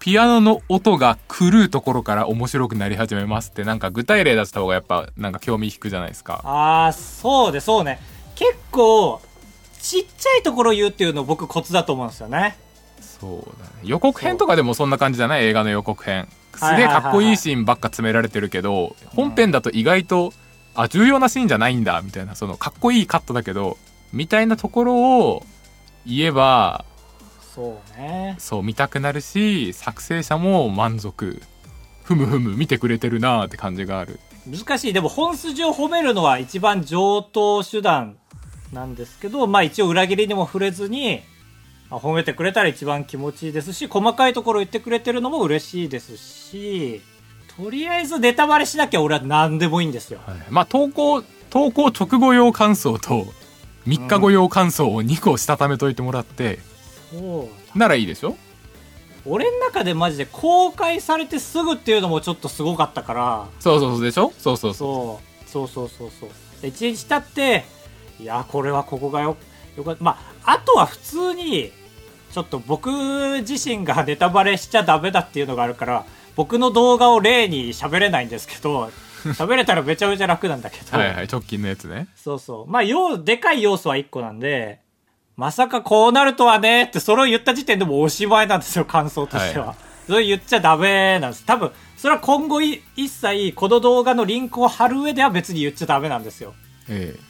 [SPEAKER 1] ピアノの音が狂うところから面白くなり始めますってなんか具体例出した方がやっぱなんか興味引くじゃないですか
[SPEAKER 2] ああそうでそうね結構ちっちゃいところ言うっていうの僕コツだと思うんですよね
[SPEAKER 1] そうだね予告編とかでもそんな感じじゃない映画の予告編すげえかっこいいシーンばっか詰められてるけど本編だと意外とあ重要なシーンじゃないんだみたいなそのかっこいいカットだけどみたいなところを言えば
[SPEAKER 2] そうね
[SPEAKER 1] そう見たくなるし作成者も満足ふむふむ見てくれてるなーって感じがある
[SPEAKER 2] 難しいでも本筋を褒めるのは一番上等手段なんですけどまあ一応裏切りにも触れずにまあ褒めてくれたら一番気持ちいいですし細かいところ言ってくれてるのも嬉しいですしとりあえずネタバレしなきゃ俺は何でもいいんですよ
[SPEAKER 1] まあ投稿投稿直後用感想と3日後用感想を2個したためといてもらって
[SPEAKER 2] そう
[SPEAKER 1] ならいいでしょ
[SPEAKER 2] 俺の中でマジで公開されてすぐっていうのもちょっとすごかったから
[SPEAKER 1] そうそうそうでしょそうそうそう
[SPEAKER 2] そうそうそうそうそうで1日経っていやこれはここがよよかったまああとは普通にちょっと僕自身がネタバレしちゃダメだっていうのがあるから僕の動画を例に喋れないんですけ ど喋れたらめちゃめちゃ楽なんだけど、
[SPEAKER 1] はいはい、直近のやつね。
[SPEAKER 2] そうそうまあ要でかい要素は1個なんでまさかこうなるとはねってそれを言った時点でもうおしまいなんですよ感想としては、
[SPEAKER 1] は
[SPEAKER 2] それ言っちゃダメなんです多分それは今後い一切この動画のリンクを貼る上では別に言っちゃダメなんですよ
[SPEAKER 1] ええ。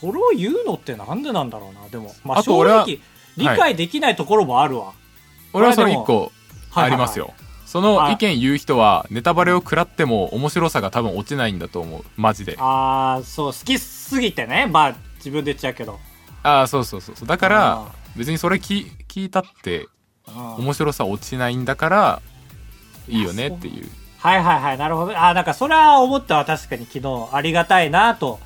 [SPEAKER 2] それを言うのってなんでなんだろうなでもまあ
[SPEAKER 1] あと
[SPEAKER 2] 正
[SPEAKER 1] 俺は
[SPEAKER 2] 直理解できないところもあるわ、
[SPEAKER 1] 俺はそれ
[SPEAKER 2] これでも
[SPEAKER 1] 一個ありますよ。その意見言う人は、ネタバレを食らっても面白さが多分落ちないんだと思う。マジで。あ
[SPEAKER 2] ああそう好きすぎてねまあ自分で言っちゃうけど
[SPEAKER 1] あー、そうそうそうそう。だか
[SPEAKER 2] あ
[SPEAKER 1] ら、別にそれ聞聞いたって、
[SPEAKER 2] うん
[SPEAKER 1] 面白さ落ちないんだから、いいよねっていう。
[SPEAKER 2] はいはいはい、なるほど。あ、なんかそれは思ったわ、確かに昨日ありがたいなと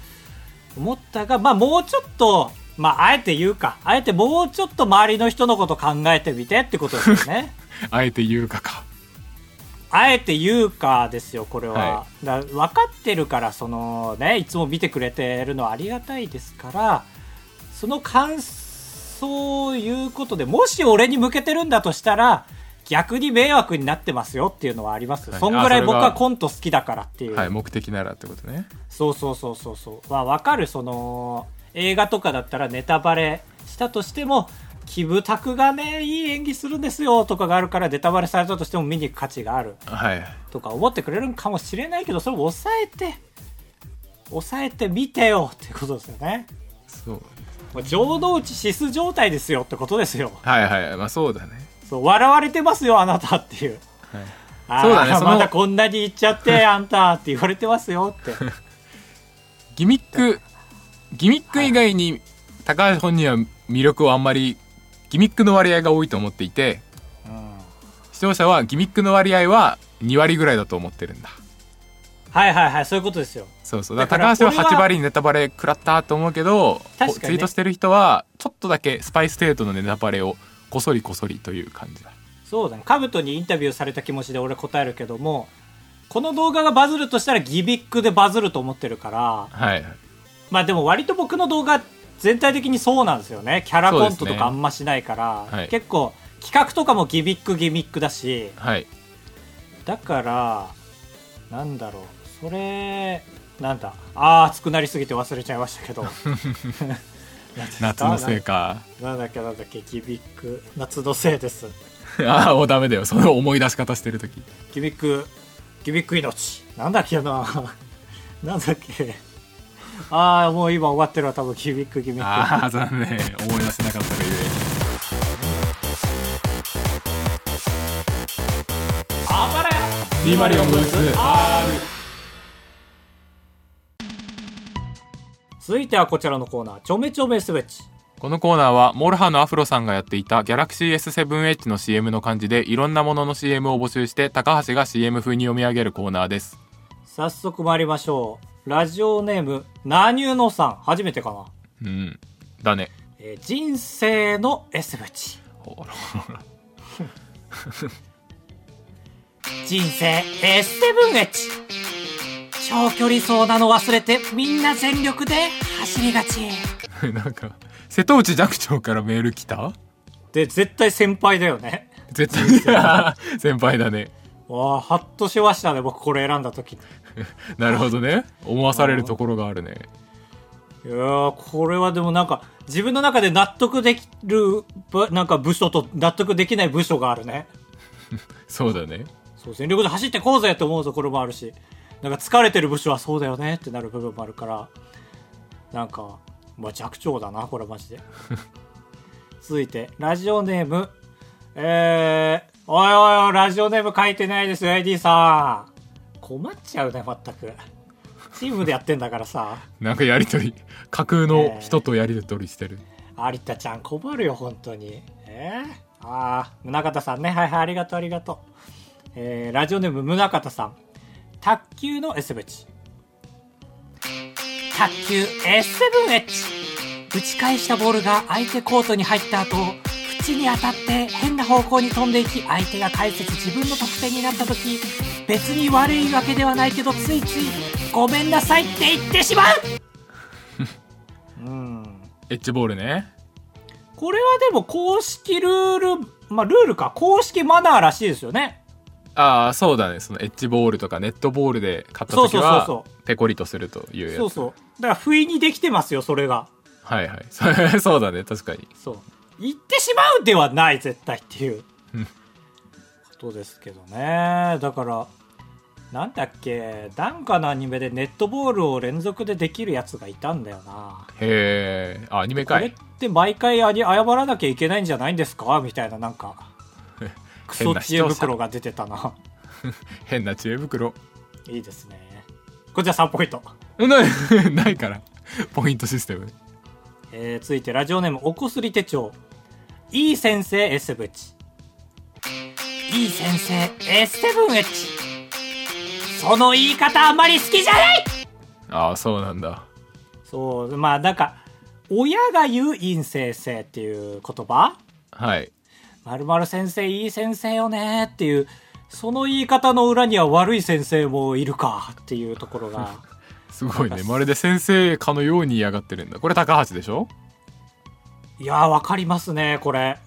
[SPEAKER 2] 思ったが、まあもうちょっと、まああえて言うか、あえてもうちょっと周りの人のこと考えてみてってことです よね。
[SPEAKER 1] あえて言うかか。
[SPEAKER 2] あえて言うかですよ、これは。
[SPEAKER 1] は
[SPEAKER 2] だ分かってるから、そのね、いつも見てくれてるのはありがたいですから、その感想を言うことで、もし俺に向けてるんだとしたら、逆に迷惑になってますよっていうのはありますよ。
[SPEAKER 1] はい
[SPEAKER 2] そんぐら
[SPEAKER 1] あ
[SPEAKER 2] い
[SPEAKER 1] それが
[SPEAKER 2] 僕はコント好きだからっていう。
[SPEAKER 1] はい、目的ならってことね。
[SPEAKER 2] そうそうそうそうそう、まあ、わかるその映画とかだったらネタバレしたとしてもキムタクがねいい演技するんですよとかがあるからネタバレされたとしても見に行く価値がある
[SPEAKER 1] はい。
[SPEAKER 2] とか思ってくれるんかもしれないけどそれを抑えて抑えて見てよっていうことですよね
[SPEAKER 1] そう。
[SPEAKER 2] もう情動値指数状態ですよってことですよ
[SPEAKER 1] はいはい。まあそうだね。
[SPEAKER 2] そう笑われてますよあなたっていう
[SPEAKER 1] はい。
[SPEAKER 2] あ
[SPEAKER 1] そうだね
[SPEAKER 2] ー
[SPEAKER 1] その
[SPEAKER 2] またこんなに言っちゃってあんたって言われてますよ って
[SPEAKER 1] ギミック、ギミック以外に、高橋本人は魅力をあんまり、ギミックの割合が多いと思っていて、
[SPEAKER 2] うん
[SPEAKER 1] 視聴者はギミックの割合は2割ぐらいだと思ってるんだ
[SPEAKER 2] はいはいはい、そういうことですよ。
[SPEAKER 1] そうそうだか
[SPEAKER 2] だ
[SPEAKER 1] ら
[SPEAKER 2] か
[SPEAKER 1] 高橋
[SPEAKER 2] ら
[SPEAKER 1] は
[SPEAKER 2] 俺は
[SPEAKER 1] 8割ネタバレ食らったと思うけど、
[SPEAKER 2] 確かにね
[SPEAKER 1] こうツイートしてる人はちょっとだけスパイス程度のネタバレをこそりこそりという感じだ
[SPEAKER 2] そうだね。カブトにインタビューされた気持ちで俺答えるけども、この動画がバズるとしたらギビックでバズると思ってるから、
[SPEAKER 1] はい
[SPEAKER 2] まあでも割と僕の動画全体的にそうなんですよね。キャラコントとかあんましないから、
[SPEAKER 1] そうですねはい
[SPEAKER 2] 結構企画とかもギビックギミックだし、
[SPEAKER 1] はい
[SPEAKER 2] だから、なんだろう。それ、なんだ。あー、熱くなりすぎて忘れちゃいました けど。
[SPEAKER 1] 夏のせいか
[SPEAKER 2] なんだっけなんだっけギビック夏のせいです
[SPEAKER 1] ああもうダメだよその思い出し方してる時
[SPEAKER 2] ギビックギビック命なんだっけな なんだっけああもう今終わってるわ多分ギビックギビッ
[SPEAKER 1] ああ残念思い出せなかったがゆえビーマリオンブース
[SPEAKER 2] ク続いてはこちらのコーナーちょめちょめスベッチ
[SPEAKER 1] このコーナーはモルハのアフロさんがやっていた GalaxyS7H の CM の漢字でいろんなものの CM を募集して高橋が CM 風に読み上げるコーナーです
[SPEAKER 2] 早速参りましょうラジオネームなにゅのさん初めてか
[SPEAKER 1] う
[SPEAKER 2] な、
[SPEAKER 1] んだね
[SPEAKER 2] えー人生のエスベッチ
[SPEAKER 1] ほらほら
[SPEAKER 2] 人生 S7H 長距離走なの忘れてみんな全力で走りがち
[SPEAKER 1] なんか瀬戸内寂聴からメール来た
[SPEAKER 2] で絶対先輩だよね
[SPEAKER 1] 絶対 先輩だね
[SPEAKER 2] わあハッとしましたね僕これ選んだ時に
[SPEAKER 1] なるほどね思わされるところがあるね
[SPEAKER 2] いやーこれはでもなんか自分の中で納得できるぶなんか部署と納得できない部署があるね
[SPEAKER 1] そうだね
[SPEAKER 2] そう全力で走ってこうぜって思うところもあるしなんか疲れてる部署はそうだよねってなる部分もあるからなんか、まあ、弱調だなこれマジで続いてラジオネームえー、おいおいおいラジオネーム書いてないですよ AD さん困っちゃうねまったくチームでやってんだからさ
[SPEAKER 1] なんかやりとり架空の人とやりとりしてる、
[SPEAKER 2] 有田ちゃん困るよ本当にえー、ああ宗像さんねはいはいありがとうありがとうえー、ラジオネーム宗像さん卓球の S7H 卓球 S7H 打ち返したボールが相手コートに入った後縁に当たって変な方向に飛んでいき相手が返せず自分の得点になった時別に悪いわけではないけどついつい「ごめんなさい」って言ってしまううん
[SPEAKER 1] エッジボールね
[SPEAKER 2] これはでも公式ルール、まあルールか、公式マナーらしいですよね。
[SPEAKER 1] ああそうだねそのエッジボールとかネットボールで買った時
[SPEAKER 2] そうそうそ
[SPEAKER 1] は
[SPEAKER 2] う
[SPEAKER 1] ペコリとするというやつ
[SPEAKER 2] そうそう。だから不意にできてますよ、それが。
[SPEAKER 1] はいはい そそうだね確かに
[SPEAKER 2] そう。言ってしまうではない、絶対っていう。
[SPEAKER 1] うん
[SPEAKER 2] ことですけどね。だから、なんだっけ、なんかのアニメでネットボールを連続でできるやつがいたんだよな。
[SPEAKER 1] へえアニメ
[SPEAKER 2] こ
[SPEAKER 1] か
[SPEAKER 2] れ
[SPEAKER 1] い
[SPEAKER 2] って毎回あり謝らなきゃいけないんじゃないんですかみたいな、な んか、クソ知恵袋が出てたな。
[SPEAKER 1] 変な知恵袋
[SPEAKER 2] いいですね。こちら3ポイント。
[SPEAKER 1] ないない からポイントシステム
[SPEAKER 2] えー続いてラジオネームおこすり手帳いい先生 S ブチいい先生 S7H その言い方あんまり好きじゃない
[SPEAKER 1] ああそうなんだ
[SPEAKER 2] そうまあなんか親が言う陰先生っていう言葉
[SPEAKER 1] はい
[SPEAKER 2] まるまる先生いい先生よねっていうその言い方の裏には悪い先生もいるかっていうとこ ろが
[SPEAKER 1] すごいねまるで先生かのように嫌がってるんだこれ高橋でしょ
[SPEAKER 2] いやーわかりますねこれ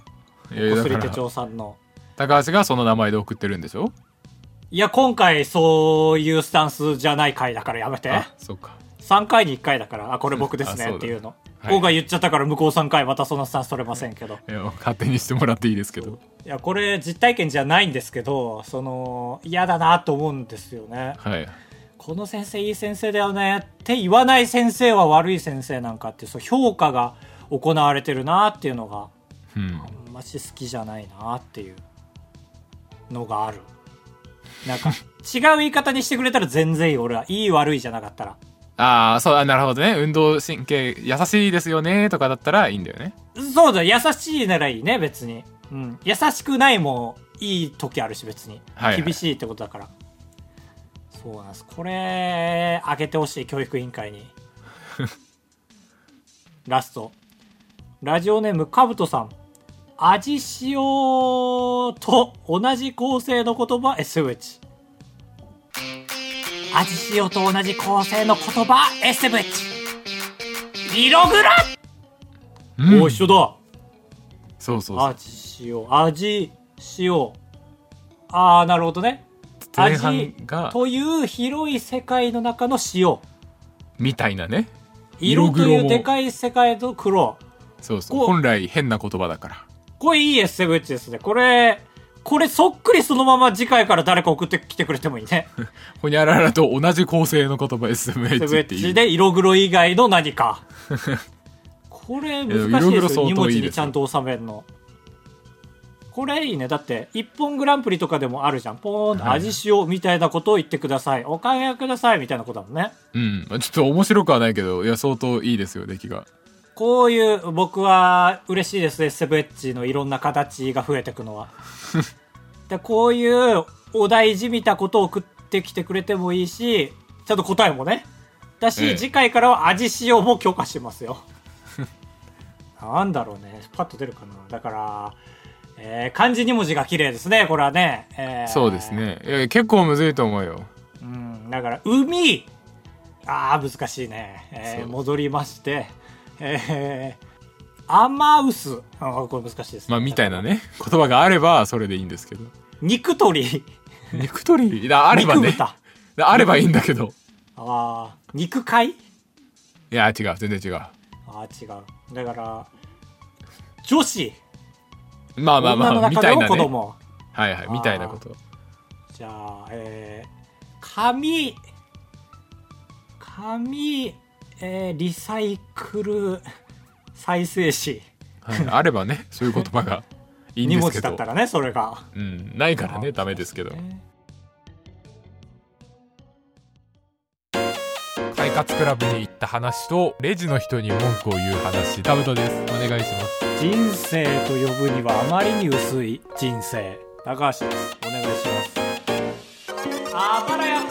[SPEAKER 1] い
[SPEAKER 2] お
[SPEAKER 1] や
[SPEAKER 2] こ
[SPEAKER 1] いや
[SPEAKER 2] すり
[SPEAKER 1] だ
[SPEAKER 2] 手
[SPEAKER 1] から
[SPEAKER 2] 帳さんの
[SPEAKER 1] 高橋がその名前で送ってるんでしょ
[SPEAKER 2] いや、今回そういうスタンスじゃない回だからやめて。
[SPEAKER 1] あそっか
[SPEAKER 2] 3回に1回だから、あ、これ僕です
[SPEAKER 1] あそう
[SPEAKER 2] ね
[SPEAKER 1] だ
[SPEAKER 2] っていうの。
[SPEAKER 1] はい
[SPEAKER 2] 僕が言っちゃったから向こう3回またそのスタンス取れませんけど。
[SPEAKER 1] いや勝手にしてもらっていいですけど
[SPEAKER 2] いや、これ実体験じゃないんですけど、その、嫌だなと思うんですよね。
[SPEAKER 1] はい
[SPEAKER 2] この先生いい先生だよねって言わない先生は悪い先生なんかっていう、そう評価が行われてるなっていうのが、
[SPEAKER 1] うん
[SPEAKER 2] あんまし好きじゃないなっていうのがある。なんか、 違う言い方にしてくれたら全然いい、俺は。いい悪いじゃなかったら。
[SPEAKER 1] ああそうあなるほどね運動神経優しいですよねとかだったらいいんだよね
[SPEAKER 2] そうだ、優しいならいいね、別に。うん。優しくないもいい時あるし、別に。
[SPEAKER 1] はいはい
[SPEAKER 2] 厳しいってことだから。そうなんですこれあげてほしい教育委 員会にラストラジオネームかぶとさん味塩と同じ構成の言葉 S ブチ味塩と同じ構成の言葉 S ブチ色黒
[SPEAKER 1] うん
[SPEAKER 2] お一緒だ
[SPEAKER 1] そうそうそう
[SPEAKER 2] 味塩味塩ああなるほどね
[SPEAKER 1] 前半が
[SPEAKER 2] という広い世界の中の塩
[SPEAKER 1] みたいなね
[SPEAKER 2] 色
[SPEAKER 1] 色
[SPEAKER 2] と
[SPEAKER 1] 黒も
[SPEAKER 2] いうでかい世界の黒
[SPEAKER 1] そうそ
[SPEAKER 2] こ
[SPEAKER 1] う
[SPEAKER 2] う
[SPEAKER 1] 本来変な言葉だから
[SPEAKER 2] これいい S7H ですねこれこれそっくりそのまま次回から誰か送ってきてくれてもいいね
[SPEAKER 1] ほにゃららと同じ構成の言葉 SMH ってい
[SPEAKER 2] S7H
[SPEAKER 1] う
[SPEAKER 2] で色黒以外の何かこれ難しい
[SPEAKER 1] いや色
[SPEAKER 2] で
[SPEAKER 1] 黒
[SPEAKER 2] す
[SPEAKER 1] 相
[SPEAKER 2] よ荷
[SPEAKER 1] 当
[SPEAKER 2] 物
[SPEAKER 1] いいですよ
[SPEAKER 2] にちゃんと収めるのこれいいねだって「一本グランプリ」とかでもあるじゃんポーンと味塩みたいなことを言ってください、お考えくださいみたいなことだもんね
[SPEAKER 1] うんちょっと面白くはないけどいや相当いいですよ出来が
[SPEAKER 2] こういう僕は嬉しいですね、セブエッジのいろんな形が増えてく のは。でこういうお題じみたことを送ってきてくれてもいいし、ちゃんと答えもね。だし、
[SPEAKER 1] ええ
[SPEAKER 2] 次回からは味塩も許可しますよ。 なんだろうね。パッと出るかな。だから、えー漢字2文字が綺麗ですね、これはね。えー
[SPEAKER 1] そうです。ねいや結構むずいと思うよ
[SPEAKER 2] うん、だから、海、ああ、難しいね。えー
[SPEAKER 1] そう
[SPEAKER 2] 戻りまして、えー、アマウス、あーこれ難しいです、
[SPEAKER 1] まあみたいな。 ね言葉があればそれでいいんですけど
[SPEAKER 2] 肉鳥、
[SPEAKER 1] 肉取りだ あれば
[SPEAKER 2] 肉
[SPEAKER 1] ね
[SPEAKER 2] 豚。
[SPEAKER 1] だあればいいんだけど
[SPEAKER 2] ああ、肉塊
[SPEAKER 1] いや違う全然違う
[SPEAKER 2] ああ、違う。だから、女子、
[SPEAKER 1] まあまあ
[SPEAKER 2] 女の
[SPEAKER 1] まあみ
[SPEAKER 2] 中
[SPEAKER 1] た
[SPEAKER 2] で
[SPEAKER 1] い
[SPEAKER 2] も
[SPEAKER 1] な
[SPEAKER 2] 子
[SPEAKER 1] ね
[SPEAKER 2] 供。
[SPEAKER 1] はいはいみたいなこと
[SPEAKER 2] じゃあ、えー、紙、紙、えー、リサイクル再生紙。
[SPEAKER 1] はいあればねそういう言葉がいいん
[SPEAKER 2] 荷
[SPEAKER 1] で
[SPEAKER 2] 物
[SPEAKER 1] すけ
[SPEAKER 2] だっ
[SPEAKER 1] ど
[SPEAKER 2] たらね、それが。
[SPEAKER 1] うんないからねダメですけど快活クラブに行った話とレジの人に文句を言う話タブトですお願いします
[SPEAKER 2] 人生と呼ぶにはあまりに薄い人生高橋ですお願いしますあばらやエ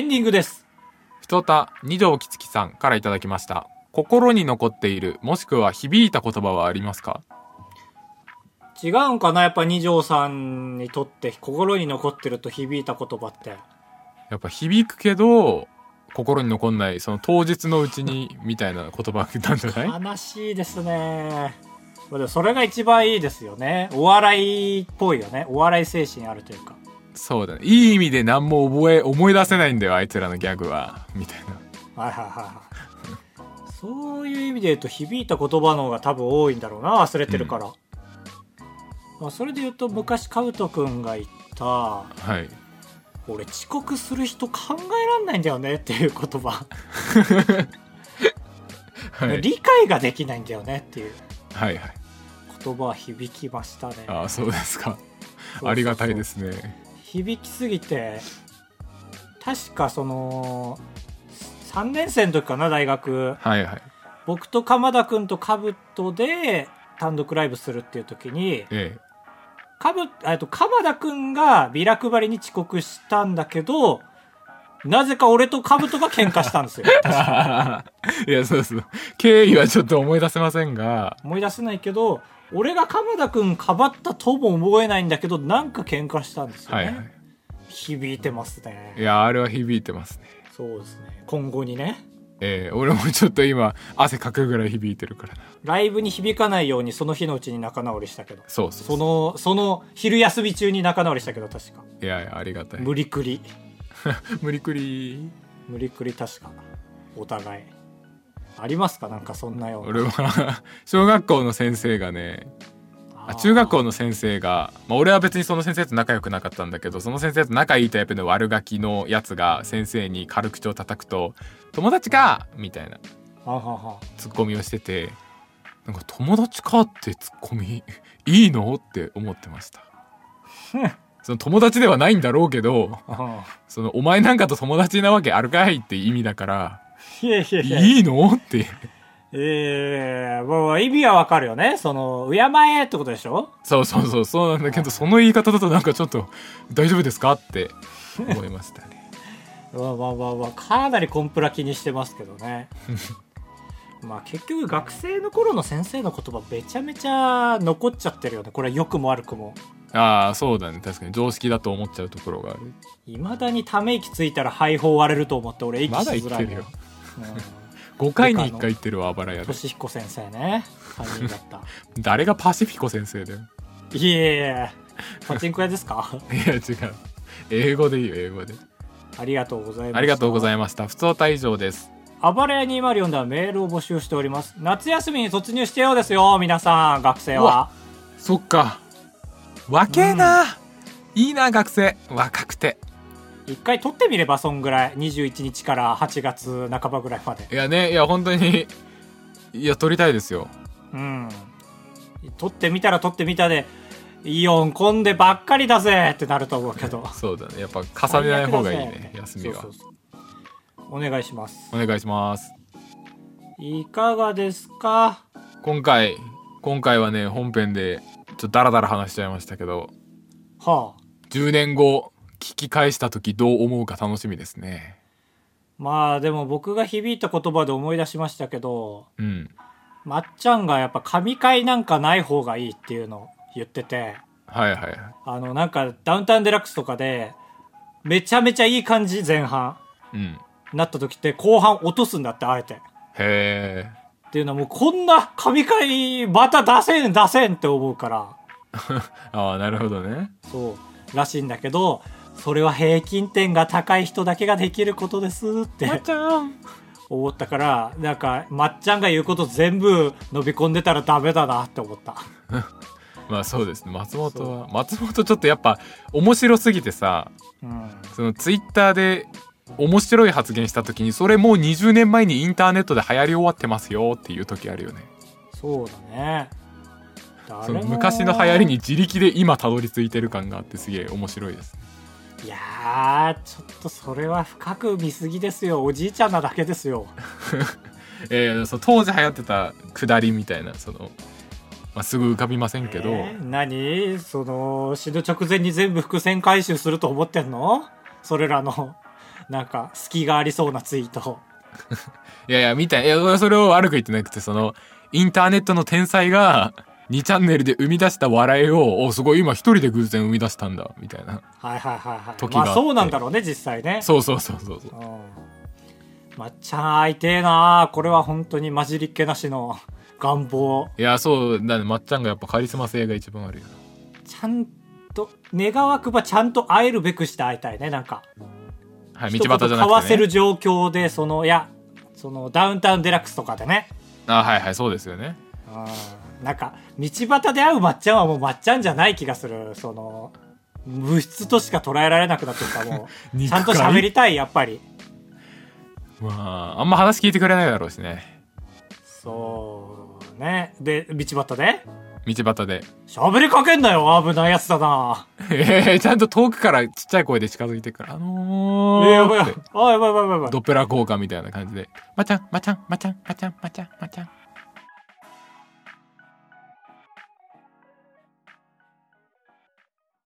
[SPEAKER 2] ンディングです
[SPEAKER 1] ひとた二条きつきさんからいただきました心に残っているもしくは響いた言葉はありますか
[SPEAKER 2] 違うんかなやっぱ二条さんにとって心に残ってると響いた言葉って
[SPEAKER 1] やっぱ響くけど心に残んないその当日のうちにみたいな言葉なんじゃない
[SPEAKER 2] 悲しいですねまあでもそれが一番いいですよねお笑いっぽいよねお笑い精神あるというか
[SPEAKER 1] そうだねいい意味で何も覚え思い出せないんだよあいつらのギャグはみたいな
[SPEAKER 2] はいはいはいはいそういう意味で言うと響いた言葉の方が多分多いんだろうな忘れてるから、まあ、それで言うと昔カウト君が言った
[SPEAKER 1] はい
[SPEAKER 2] 「俺遅刻する人考えらんないんだよね」っていう言葉、
[SPEAKER 1] はい
[SPEAKER 2] 理解ができないんだよねっていう
[SPEAKER 1] はいはい
[SPEAKER 2] 言葉は響きましたね
[SPEAKER 1] ああそうですか
[SPEAKER 2] そうそう
[SPEAKER 1] ありがたいですね
[SPEAKER 2] 響きすぎて確かその3年生の時かな大学
[SPEAKER 1] はいはい
[SPEAKER 2] 僕と鎌田君とカブトで単独ライブするっていう時に
[SPEAKER 1] え
[SPEAKER 2] かぶ、えっと、鎌田くんがビラ配りに遅刻したんだけど、なぜか俺とカブトが喧嘩したん ですよ。
[SPEAKER 1] え いやそうそう経緯はちょっと思い出せませんが
[SPEAKER 2] 思い出せないけど、俺が鎌田くんかばったとも思えないんだけど、なんか喧嘩したんですよ
[SPEAKER 1] は
[SPEAKER 2] ね。
[SPEAKER 1] いはい
[SPEAKER 2] 響いてます
[SPEAKER 1] い
[SPEAKER 2] ね。
[SPEAKER 1] やあれは響いてますね
[SPEAKER 2] そうですね。今後にね。
[SPEAKER 1] ええ俺もちょっと今汗かくぐらい響いてるからな
[SPEAKER 2] ライブに響かないようにその日のうちに仲直りしたけど。
[SPEAKER 1] そうそう
[SPEAKER 2] その、その昼休み中に仲直りしたけど、確か。
[SPEAKER 1] いやいやありがたい
[SPEAKER 2] 無理くり。
[SPEAKER 1] 無理くり
[SPEAKER 2] 無理くり確か。お互い。ありますかなんかそんなような。
[SPEAKER 1] 俺は 小学校の先生がねあ中学校の先生が、まあ、俺は別にその先生と仲良くなかったんだけどその先生と仲いいタイプの悪ガキのやつが先生に軽口を叩くと「友達か!」みたいな
[SPEAKER 2] はんはんはん
[SPEAKER 1] ツッコミをしててなんか「友達か!」ってツッコミいいのって思ってました。その友達ではないんだろうけど
[SPEAKER 2] あ
[SPEAKER 1] そのお前なんかと友達なわけあるかいって意味だから
[SPEAKER 2] いやいやいやい
[SPEAKER 1] いいのって
[SPEAKER 2] ええもう意味はわかるよね。その、敬えってことでしょ
[SPEAKER 1] そうそうそうそうなんだけどその言い方だとなんかちょっと大丈夫ですかって思いましたね
[SPEAKER 2] まあまあまあまあ、かなりコンプラ気にしてますけど ね。まあ結局学生の頃の先生の言葉めちゃめちゃ残っちゃってるよね。これは良くも悪くも。
[SPEAKER 1] ああそうだね確かに常識だと思っちゃうところがある
[SPEAKER 2] いまだにため息ついたら肺胞割れると思って俺息
[SPEAKER 1] まだ言
[SPEAKER 2] しづ
[SPEAKER 1] っ
[SPEAKER 2] ら
[SPEAKER 1] て
[SPEAKER 2] い
[SPEAKER 1] る
[SPEAKER 2] の
[SPEAKER 1] よ
[SPEAKER 2] よ。
[SPEAKER 1] 5回に1回言ってるわあばらやで
[SPEAKER 2] 俊彦先 生ね。担任だった。
[SPEAKER 1] 誰がパシフィコ先生だよ
[SPEAKER 2] いえいえ、パチンコ屋です か
[SPEAKER 1] いや違う英語でいいよ英語で
[SPEAKER 2] ありがとうございます。
[SPEAKER 1] ありがとうござ
[SPEAKER 2] ます。
[SPEAKER 1] いました不相対以上です
[SPEAKER 2] あばれや204ではメールを募集しております。夏休みに突入してようですよ、皆さん、学生
[SPEAKER 1] う
[SPEAKER 2] は
[SPEAKER 1] わ。そっか若えな、いいな学生若くて
[SPEAKER 2] 一回撮ってみれば、そんぐらい。21日から8月半ばぐらいまで。
[SPEAKER 1] いやねいや本当にいや撮りたいですよ
[SPEAKER 2] うん。撮ってみたら撮ってみたで、イオン混んでばっかりだぜってなると思うけど。
[SPEAKER 1] そうだねやっぱ重ねない方がいいね休みは
[SPEAKER 2] そうそうそうお願いします。
[SPEAKER 1] お願いします
[SPEAKER 2] いかがですか
[SPEAKER 1] 今回今回はね本編でちょっとダラダラ話しちゃいましたけど
[SPEAKER 2] はあ。
[SPEAKER 1] 10年後聞き返した時どう思うか楽しみですね
[SPEAKER 2] まあでも僕が響いた言葉で思い出しましたけど、
[SPEAKER 1] うん
[SPEAKER 2] まっちゃんがやっぱ神会なんかない方がいいっていうのを言ってて、
[SPEAKER 1] はいはい
[SPEAKER 2] あのなんかダウンタウンデラックスとかで、めちゃめちゃいい感じ前半
[SPEAKER 1] うん
[SPEAKER 2] なった時って後半落とすんだってあえて。
[SPEAKER 1] へえ
[SPEAKER 2] っていうのはもうこんな神回また出せん出せんって思うから、
[SPEAKER 1] ああなるほどね
[SPEAKER 2] そう、らしいんだけど、それは平均点が高い人だけができることですって。
[SPEAKER 1] ちゃん
[SPEAKER 2] 思ったからなんかまっちゃんが言うこと全部飲み込んでたらダメだなって思った
[SPEAKER 1] まあそうですね松本は松本ちょっとやっぱ面白すぎてさ
[SPEAKER 2] うん
[SPEAKER 1] そのツイッターで面白い発言した時にそれもう20年前にインターネットで流行り終わってますよっていう時あるよね
[SPEAKER 2] そうだね誰
[SPEAKER 1] そ
[SPEAKER 2] も
[SPEAKER 1] の昔の流行りに自力で今たどり着いてる感があってすげえ面白いですね
[SPEAKER 2] いやーちょっとそれは深く見すぎですよおじいちゃんなだけですよ
[SPEAKER 1] えーその当時流行ってたくだりみたいなその、まあ、すぐ浮かびませんけど、
[SPEAKER 2] えー何その死ぬ直前に全部伏線回収すると思ってんのそれらのなんか隙がありそうなツイート
[SPEAKER 1] いやいやみたいないや俺はそれを悪く言ってなくてそのインターネットの天才が2チャンネルで生み出した笑いをおすごい今一人で偶然生み出したんだみたいな
[SPEAKER 2] はいはいはいはい
[SPEAKER 1] 時があっ
[SPEAKER 2] ま
[SPEAKER 1] て
[SPEAKER 2] あそうなんだろうね実際ね
[SPEAKER 1] そうそうそうそうそう
[SPEAKER 2] うんまっちゃん会いてえなこれは本当に混じりっけなしの願望
[SPEAKER 1] いやそうだねまっちゃんがやっぱカリスマ性が一番あるよ
[SPEAKER 2] ちゃんと願わくばちゃんと会えるべくして会いたいねなんか
[SPEAKER 1] はい道
[SPEAKER 2] 一
[SPEAKER 1] 端じゃな
[SPEAKER 2] 言交わ
[SPEAKER 1] く
[SPEAKER 2] せ
[SPEAKER 1] て、ね
[SPEAKER 2] る、状況でそのいやそのダウンタウンデラックスとかでね、
[SPEAKER 1] あはいはいそうですよね
[SPEAKER 2] うん、なんか道端で会うまっちゃんはもうまっちゃんじゃない気がするその物質としか捉えられなくなってるからも う
[SPEAKER 1] 肉
[SPEAKER 2] ちゃんと喋りたいやっぱり
[SPEAKER 1] まああんま話聞いてくれないだろうしね
[SPEAKER 2] そうねで道端で
[SPEAKER 1] 道端で
[SPEAKER 2] 喋りかけんなよ危ないやつだな
[SPEAKER 1] えー、ちゃんと遠くからちっちゃい声で近づいてくからあ
[SPEAKER 2] え
[SPEAKER 1] のー、
[SPEAKER 2] ー、やばいやば
[SPEAKER 1] っ
[SPEAKER 2] い
[SPEAKER 1] て。
[SPEAKER 2] あ、やばいやばいやばい。
[SPEAKER 1] ドッペラー効果みたいな感じで「まっちゃんまっちゃんまっちゃんまっちゃんまっちゃんまっちゃんまっちゃん